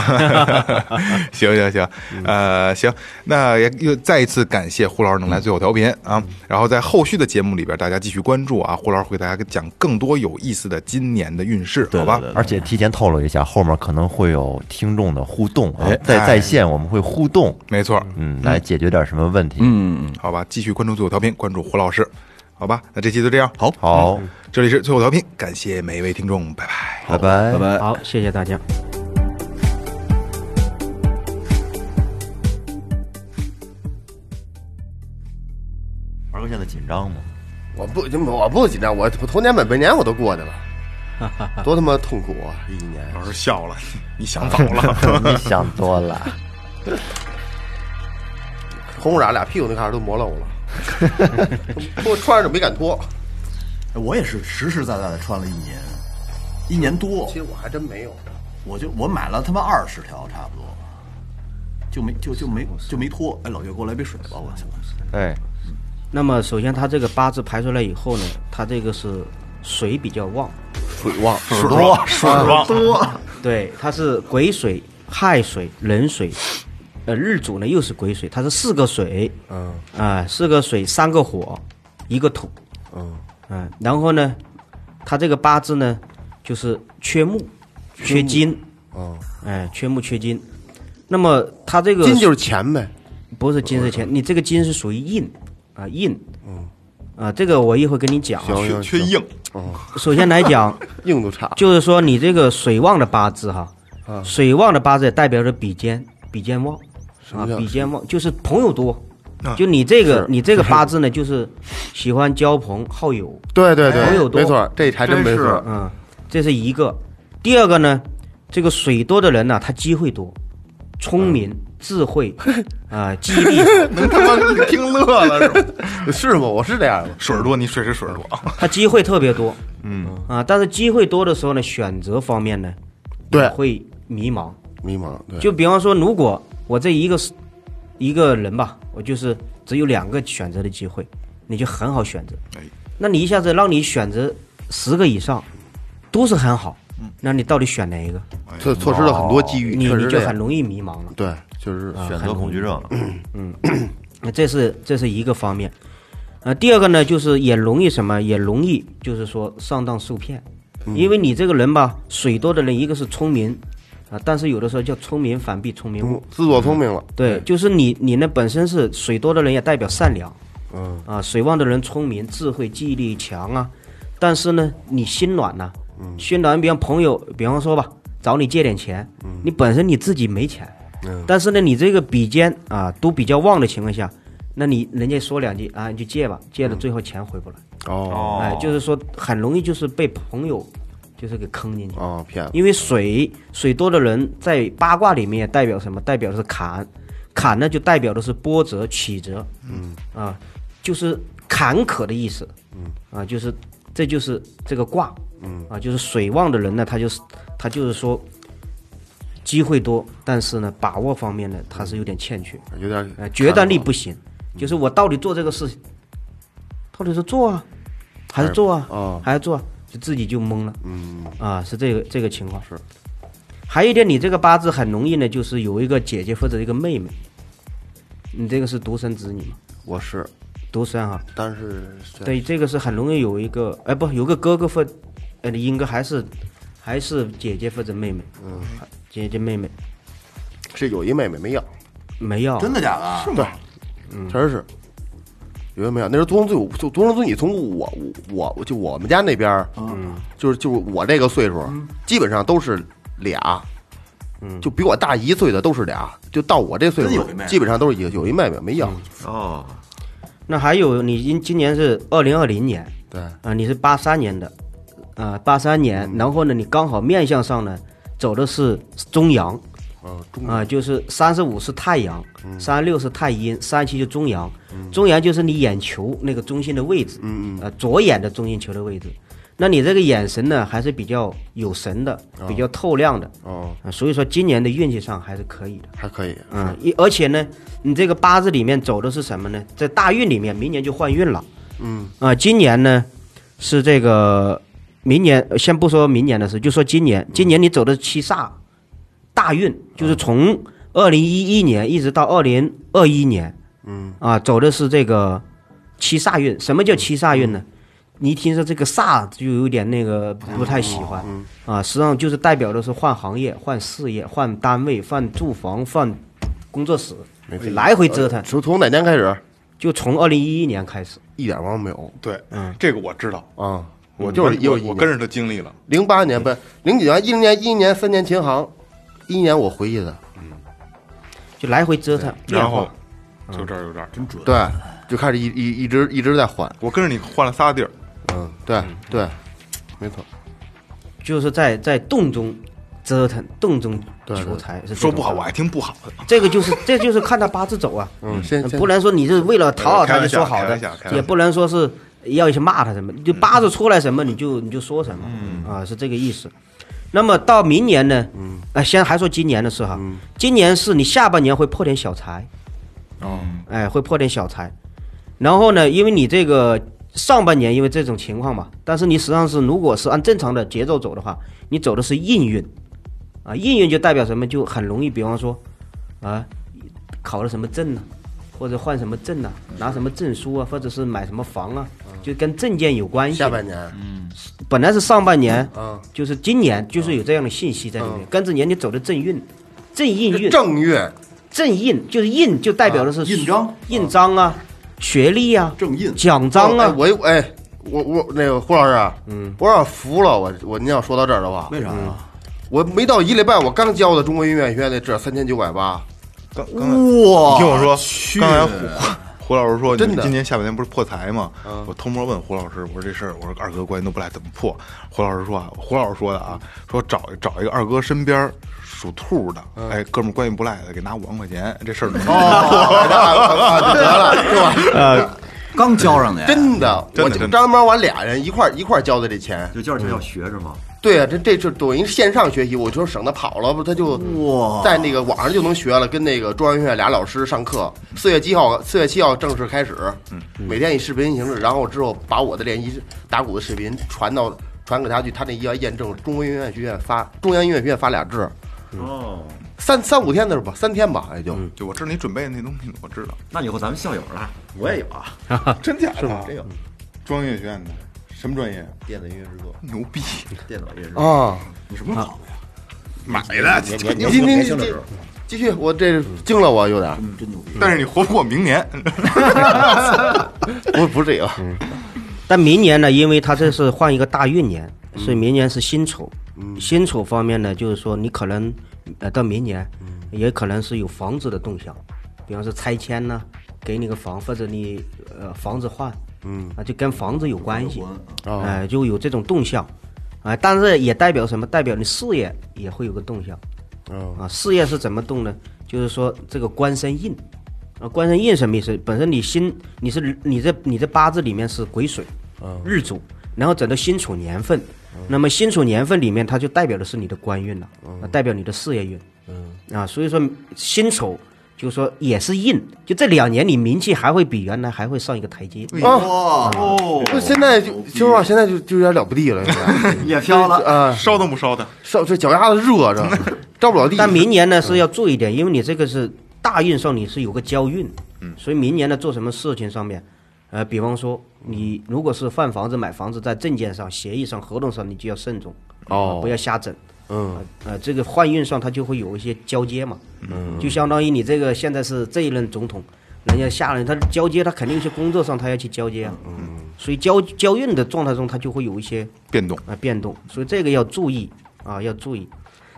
行行行，
嗯
呃，行，那也又再一次感谢胡老师能
嗯
来最后调频啊。然后在后续的节目里边，大家继续关注啊，胡老师会给大家讲更多有意思的今年的运势，
对
好吧？
对对
而且提前透露一下，后面可能会有听众的互动啊
哎，
在
哎
在线我们会互动，
没错，
嗯，来解决点什么问题，
嗯，
好吧，继续关注最后调频，关注胡老师，好吧？那这期就这样，
好，
好，
嗯
这里是最后调频，感谢每一位听众，拜拜。
拜拜
拜。
啊
拜。
好，谢谢大家。
二哥现在紧张吗？
我不，我不紧张，我我头年本本年我都过去 了，多他妈痛苦啊！一年，
老师笑了，你想早 了。
你想多了，
红俩俩屁股那旮旯都磨漏 了，脱穿着没敢脱。
哎我也是实实在在的穿了一年，一年多
其实我还真没有，
我就我买了他妈二十条差不多，就没就就没就没脱。哎，老岳，给我来杯水吧，我现在。
哎，
那么，首先它这个八字排出来以后呢，它这个是水比较旺，
水旺，水
多水多，
对，它是癸水、亥水、壬水，呃，日主呢又是癸水，它是四个水，嗯，啊、四个水，三个火，一个土，嗯，然后呢，它这个八字呢就是缺木、缺金，哦，哎、缺木缺金，那么它这个
金就是钱呗。
不是金是钱，你这个金是属于印啊、印，嗯，啊、这个我一会儿跟你讲啊。
缺缺硬，
首先来 讲，
硬度差，
就是说你这个水旺的八字哈，
啊
水旺的八字也代表着比肩，比肩旺啊
么叫，啊
比肩旺就是朋友多。就你这个，你这个八字呢，就是喜欢交朋好友，
对对
朋友
对，
多
哎没错，这还真没错。
嗯，这是一个。第二个呢，这个水多的人呢、他机会多，聪明、智慧啊、记忆力好，
能他妈听乐了是吧？
是吗？我是这样的，
水多，你水是水多啊。
他机会特别多。嗯啊，但是机会多的时候呢，选择方面呢，
对
也会迷茫。
迷茫。对，
就比方说，如果我这一个是一个人吧，我就是只有两个选择的机会，你就很好选择
哎。
那你一下子让你选择十个以上，都是很好，那你到底选哪一个？
错错失了很多机遇，
哎你
嗯确
你
实
就
这样
很容啊易迷茫了。
对，就是
选择恐惧症，
那这是这是一个方面。呃，第二个呢，就是也容易什么，也容易就是说上当受骗，
嗯
因为你这个人吧，水多的人，一个是聪明啊，但是有的时候叫聪明反被聪明误。
自作聪明了。
对，就是你你呢本身是水多的人，也代表善良，嗯啊，水旺的人聪明、智慧、记忆力强啊，但是呢，你心软呐、嗯，心软，比方朋友，比方说吧，找你借点钱，你本身你自己没钱，嗯，但是呢，你这个比肩啊都比较旺的情况下，那你人家说两句啊，你就借吧，借了最后钱回不来，
哦
哎，就是说很容易就是被朋友就是给坑进去，
哦，骗子，
因为水水多的人在八卦里面也代表什么？代表的是坎，坎呢就代表的是波折、曲折，嗯啊，就是坎坷的意思，嗯啊，就是这就是这个卦，嗯啊，就是水旺的人呢，他就是他就是说机会多，但是呢把握方面呢他是有点欠缺，
有点
呃，决断力不行，就是我到底做这个事情，到底是做啊，还是做啊，
哦
还是做、啊，就自己就懵了，嗯，啊，是这个这个情况是。还有一点，你这个八字很容易呢，就是有一个姐姐或者一个妹妹，你这个是独生子女嘛，
我是，
独生啊哈，
但是这
哎对，这个是很容易有一个，哎不，有个哥哥或，呃，应该还是还是姐姐或者妹妹，嗯，姐姐妹妹
是有一妹妹没要，
没要，
真的假的？是
对，确实是有一妹妹没要。那时候独生子女，就独生子女从我我我就我们家那边儿，就是就是我这个岁数，基本上都是俩。就比我大一岁的都是俩，就到我这岁
真
数
有一妹妹，
基本上都是有有一妹妹没要。
哦，
那还有你今今年是二零二零年，
对
啊、你是八三年的，啊八三年，然后呢，你刚好面相上呢走的是中阳，啊、就是三十五是太阳，三十六是太阴，三十七就中阳，中阳就是你眼球那个中心的位置，嗯嗯，呃，左眼的中心球的位置。那你这个眼神呢，还是比较有神的，比较透亮的，
哦
啊所以说今年的运气上还是可以的。
还可以，
嗯，一而且呢，你这个八字里面走的是什么呢？在大运里面，明年就换运了。嗯啊、今年呢是这个明年，呃先不说明年的事，就说今年，今年你走的七煞大运，就是从二零一一年一直到二零二一年，嗯啊，走的是这个七煞运。什么
嗯
叫七煞运呢？你一听说这个煞就有点那个
嗯
不太喜欢，啊，实际上就是代表的是换行业、换事业、换单位、换住房、换工作室，来回折腾。
从从哪年开始
就从二零一一年开始，
一点毛病没有
对，
嗯
这个我知道，
啊？
我
就是有
嗯我我跟着他经历了，
零八年不零几年一零年一一年三年琴行，一一年我回去的，
就来回折腾。
然后
变化
就这儿就这儿，
真准。
对，就开始一一一直一直在换，
我跟着你换了仨地儿，
嗯，对对，没错，
就是在在洞中折腾，洞中
对对
求财是这种
说不好我爱听不好的，
这个就是 这就是看他八字走啊，
嗯，先先
不能说你是为了讨好他就说好
开
的
玩笑开玩，笑嗯
也不能说是要去骂他什么，就八字出来什么你就你就说什么，啊是这个意思。那么到明年呢，
嗯
啊先还说今年的事哈，今年是你下半年会破点小财，
嗯，
哎会破点小财，然后呢，因为你这个上半年因为这种情况嘛，但是你实际上是如果是按正常的节奏走的话，你走的是印运，啊印运就代表什么？就很容易，比方说啊考了什么证呢、或者换什么证呢、拿什么证书啊，或者是买什么房啊，就跟证件有关系。
下半年
本来是上半年，
嗯，
就是今年就是有这样的信息在里面，跟着年你走的正运，正印运，
正月
正印就是印，就代表的是
啊印章
印章啊，学历啊，
正印
奖章啊
哎，我哎我我那个胡老师啊，嗯，我有点服了，我我您要说到这儿的话，
为啥啊呀？
我没到一礼拜，我刚交的中国音乐学院那证三千九百八，
刚刚才你
哇
听我说，
去
刚才胡胡胡老师说，
真的
你今年下半年不是破财吗？我偷摸问胡老师，我说这事儿，我说二哥关系都不赖，怎么破？胡老师说啊，胡老师说的啊，说找找一个二哥身边属兔的，哎，哥们儿关系不赖的，给拿五万块钱，这事儿能 破。
啊得了，是吧？
刚交上去，
呃真的，
真的
我
真的
张毛完俩人一块儿一块儿交的这钱。
就叫就叫学是吗？
对啊，这这就等于线上学习，我就省得跑了，不他就
哇
在那个网上就能学了，跟那个中央音乐俩老师上课。四月七号，四月七号正式开始，
嗯
每天以视频形式，然后之后把我的练习打鼓的视频传到传给他去，他那要验证中国音乐学院发中央音乐学院发俩字，
哦，
三三五天的是吧？三天吧，也 就
嗯
就我知道你准备的那东西，我知道，
那以后咱们校友了，我也有啊。
真假的？这个中央音乐学院的什么专业？
电子音乐制作，
牛逼！
电脑音乐制作，
啊。
你什么时候考的呀？
买的，
您您您继继续，我这惊了我有点儿，
嗯
真牛逼！
但是你活不过明年。
不不是这个，
嗯
但明年呢，因为它这是换一个大运年，所以明年是辛丑。辛丑方面呢，就是说你可能呃到明年，也可能是有房子的动向，比方说拆迁呢、给你个房或者你呃房子换，嗯啊就跟房子有关系，哎、就有这种动向，啊、但是也代表什么？代表你事业也会有个动向，啊，事业是怎么动呢？就是说这个官身印，啊，官身印什么意思？本身你辛，你是你这你这八字里面是癸水，日主，然后整到辛丑年份，那么辛丑年份里面它就代表的是你的官运了，啊，代表你的事业运，啊，所以说辛丑。就是说也是印，就这两年你名气还会比原来还会上一个台阶，
哇哦，
就现在就说实话，现在就就有点了不地了，现在
也飘了。
啊，
烧都不烧的，
烧这脚丫子热着，着不了地。
但明年呢是要注意点，因为你这个是大运上你是有个交运，嗯，所以明年呢做什么事情上面，啊、呃，比方说你如果是换房子、买房子，在证件上、协议上、合同上，你就要慎重，
哦
啊不要瞎整。
嗯
呃，呃，这个换运上它就会有一些交接嘛，嗯，就相当于你这个现在是这一任总统，人家下任他交接，他肯定是工作上他要去交接啊，嗯，所以交交运的状态中，它就会有一些
变动。
啊、变动，所以这个要注意啊，要注意。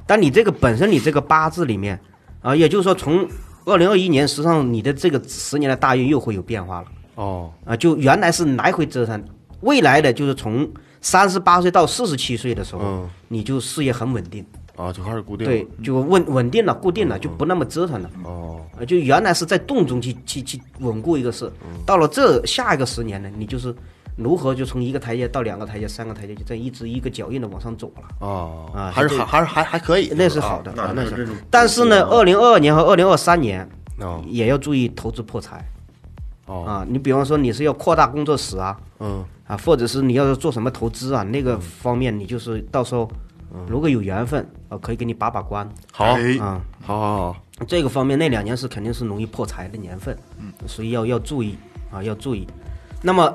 但你这个本身你这个八字里面啊，也就是说从二零二一年，实际上你的这个十年的大运又会有变化了
哦，
啊，就原来是来回折腾，未来的就是从三十八岁到四十七岁的时候，
嗯
你就事业很稳定，
啊，就开始固定了
对，就稳稳定了、固定了，就不那么折腾了。
嗯哦，
呃，就原来是在洞中去去去稳固一个事，
嗯
到了这下一个十年呢，你就是如何就从一个台阶到两个台阶、三个台阶，就这样一直一个脚印的往上走了。
哦，
啊
还是
这
还还是还还可以，
那是好的
啊那是嗯
但是呢，二零二二年和二零二三年
哦
也要注意投资破财
哦，
啊。你比方说你是要扩大工作室啊，
嗯，
啊，或者是你要是做什么投资啊，那个方面你就是到时候
嗯
如果有缘分啊，可以给你把把关
好，
哎
啊。
好好好，
这个方面那两年是肯定是容易破财的年份，嗯，所以要要注意啊，要注意。那么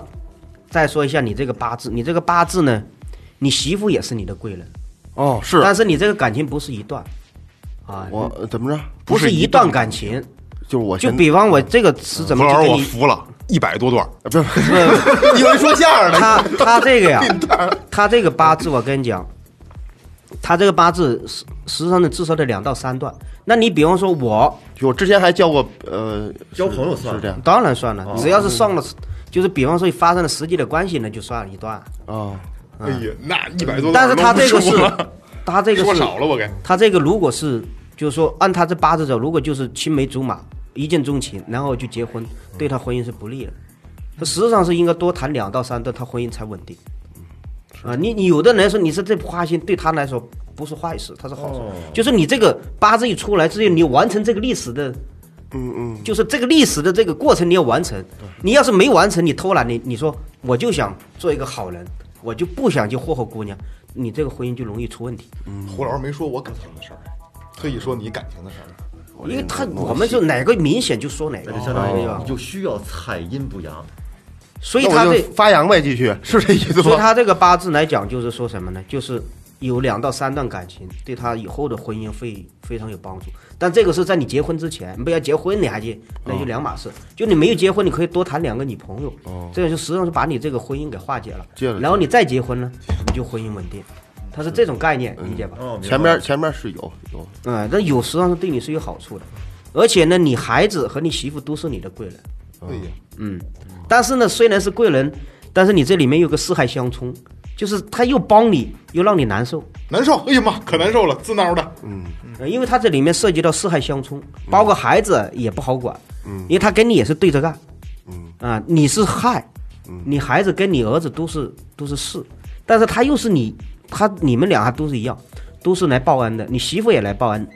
再说一下你这个八字，你这个八字呢，你媳妇也是你的贵人，
哦，是
但是你这个感情不是一段啊，
我呃怎么着？
不
是
是
一
一段感情。
就是我
就
先
比方我这个是怎
何
么
老
去
师，
给
我
你？
服了，一百多段儿，
啊不是，以为说相声呢？
他他这 个呀，他这个八字我跟你讲，他这个八字实实际上呢至少得两到三段。那你比方说我，
就我之前还交过呃
交朋友算
是这样
当然算了，只要是上了，就是比方说发生了实际的关系呢，就算一段。
哦，
哎呀，那一百多段
嗯但
儿
是
都
他这个
不说
是
了，
他 这个
说
是，
少了我给。
他这个如果是，就是说按他这八字走，如果就是青梅竹马，一见钟情，然后就结婚，对他婚姻是不利的。他实际上是应该多谈两到三段，他婚姻才稳定。啊，你你有的人说你是这花心，对他来说不是坏事，他是好事。
哦
就是你这个八字一出来之后，你完成这个历史的，
嗯嗯，
就是这个历史的这个过程你要完成。你要是没完成，你偷懒，你你说我就想做一个好人，我就不想去霍霍姑娘，你这个婚姻就容易出问题。
胡老师没说我感情的事儿，特意说你感情的事儿。
因为他我们就哪个明显就说哪个，
那就相当于
哦
你就需要采阴补阳，
所以
那
他
我
这
就发扬呗，继续是这意思
所以
吗？
他这个八字来讲，就是说什么呢？就是有两到三段感情，对他以后的婚姻会非常有帮助。但这个是在你结婚之前，你不要结婚你还去，那就两码事。就你没有结婚，你可以多谈两个女朋友，这样就实际上是把你这个婚姻给化哦解了。
戒了
然后你再结婚呢，你就婚姻稳定。它是嗯这种概念，理解吧？
哦，明白
前边前边是有有
嗯，但有时候是对你是有好处的，而且呢，你孩子和你媳妇都是你的贵人。
对哎呀，
但是呢，虽然是贵人，但是你这里面有个四害相冲，就是他又帮你，又让你难受，
难受，哎呀妈，可难受了，自挠的。
呃因为他这里面涉及到四害相冲，包括孩子也不好管，因为他跟你也是对着干，啊，你是害，你孩子跟你儿子都是都是是，但是他又是你，他你们俩还都是一样，都是来报恩的，你媳妇也来报恩，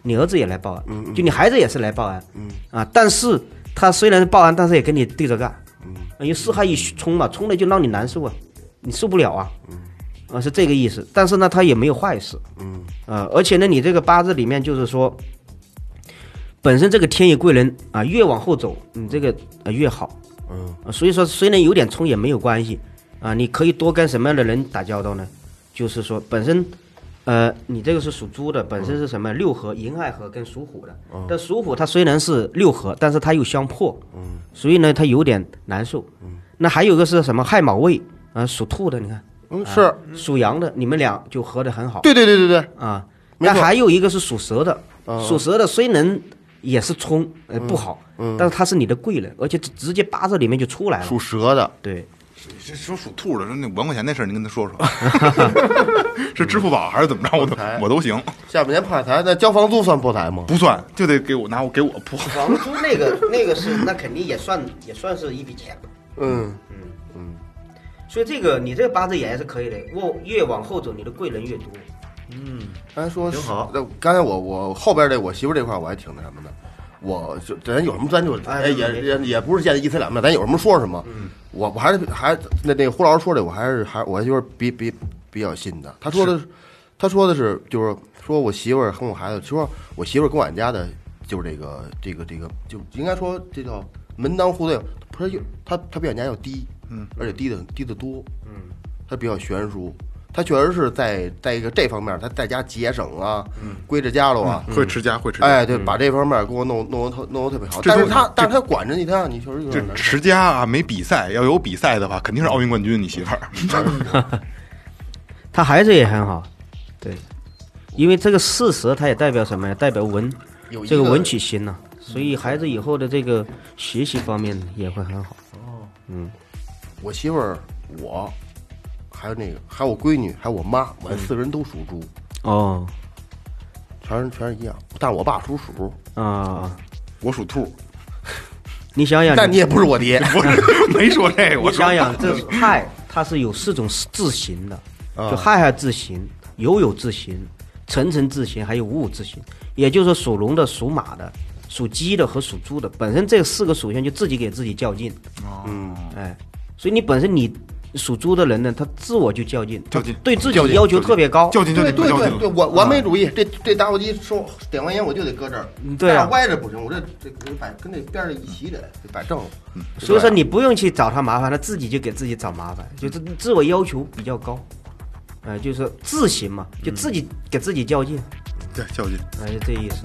你儿子也来报恩，就你孩子也是来报恩，啊，但是他虽然是报恩，但是也跟你对着干，啊因为四害一冲嘛，冲了就让你难受啊，你受不了啊，啊是这个意思，但是呢，他也没有坏事，嗯，啊，而且呢，你这个八字里面就是说。本身这个天乙贵人啊，越往后走，你这个呃越好，啊，所以说虽然有点冲也没有关系啊，你可以多跟什么样的人打交道呢？就是说本身，呃，你这个是属猪的，本身是什么六合、寅亥合跟属虎的，但属虎它虽然是六合，但是它又相破，嗯，所以呢它有点难受。那还有一个是什么亥卯未啊，属兔的，你看
嗯是，
属羊的，你们俩就合得很好
对对对对对，
啊。
没
那
错
还有一个是属蛇的，属蛇的虽然也是冲，呃不好，但是他是你的贵人，而且直直接八字里面就出来了，
属蛇的，
对。
这说属兔的，说那五万块钱那事儿，您跟他说说， 是支付宝还是怎么着？我都
嗯
我都行，
下半年破财，那交房租算破财吗？
不算就得给我拿我给我破。
房租那个 那个是那肯定也算也算是一笔钱吧，
嗯，
所以这个你这个八字眼是可以的，我越往后走你的贵人越多。
刚才说
挺好
那刚才我我后边这我媳妇这块我还挺那什么的，我就咱有什么咱就
哎
哎嗯也也也不是现在一体两面，咱有什么说什么。我我还是还那那个胡老师说的，我还是还我还就是比比比较信的。他说的是，他说的是就是说我媳妇儿和我孩子，说我媳妇儿跟我俺家的，就是这个这个这个，就应该说这叫门当户对，他又他他表演家要低，嗯，而且低的低得多，嗯，他比较悬殊。他确实是在在一个这方面，他在家节省啊，归着家了啊，
嗯会持家，会持家。嗯
哎，对，把这方面给我弄弄得特弄得特别好。
这
但是
都
他但是他管着你，他让你确实有
这
嗯
点难受。
持家啊，没比赛，要有比赛的话，肯定是奥运冠军。你媳妇儿，
嗯他孩子也很好，对，因为这个事实，它也代表什么呀？代表文
有一
这个文曲星呐、所以孩子以后的这个学习方面也会很好。
我媳妇儿，我，还有那个，还有我闺女，还有我妈，我
嗯
们四个人都属猪，
哦，
全是全是一样。但是我爸属鼠，
啊，
我属兔，
哎你想想，
但你也不是我爹，
不是没说这个，我
你
说
想想，这是亥它是有四种字形的，
啊
就亥亥字形、酉酉字形、辰辰字形，还有午午字形。也就是说，属龙的、属马的、属鸡的和属猪的，本身这四个属相就自己给自己较劲。哦，哎，所以你本身你属猪的人呢，他自我就较劲，
较劲
他对自
较
己
劲
要求特别高。
较劲较
对
劲
对
较
对对，
劲，
我完美主义，这这打火机说点完烟我就得搁这儿，
对啊
但是歪着不行，我这这这摆跟这边儿一起得得摆正了。
所以说你不用去找他麻烦，他自己就给自己找麻烦，就自自我要求比较高。哎，就是自行嘛，就自己给自己较劲，
对较劲。
哎，就这意思。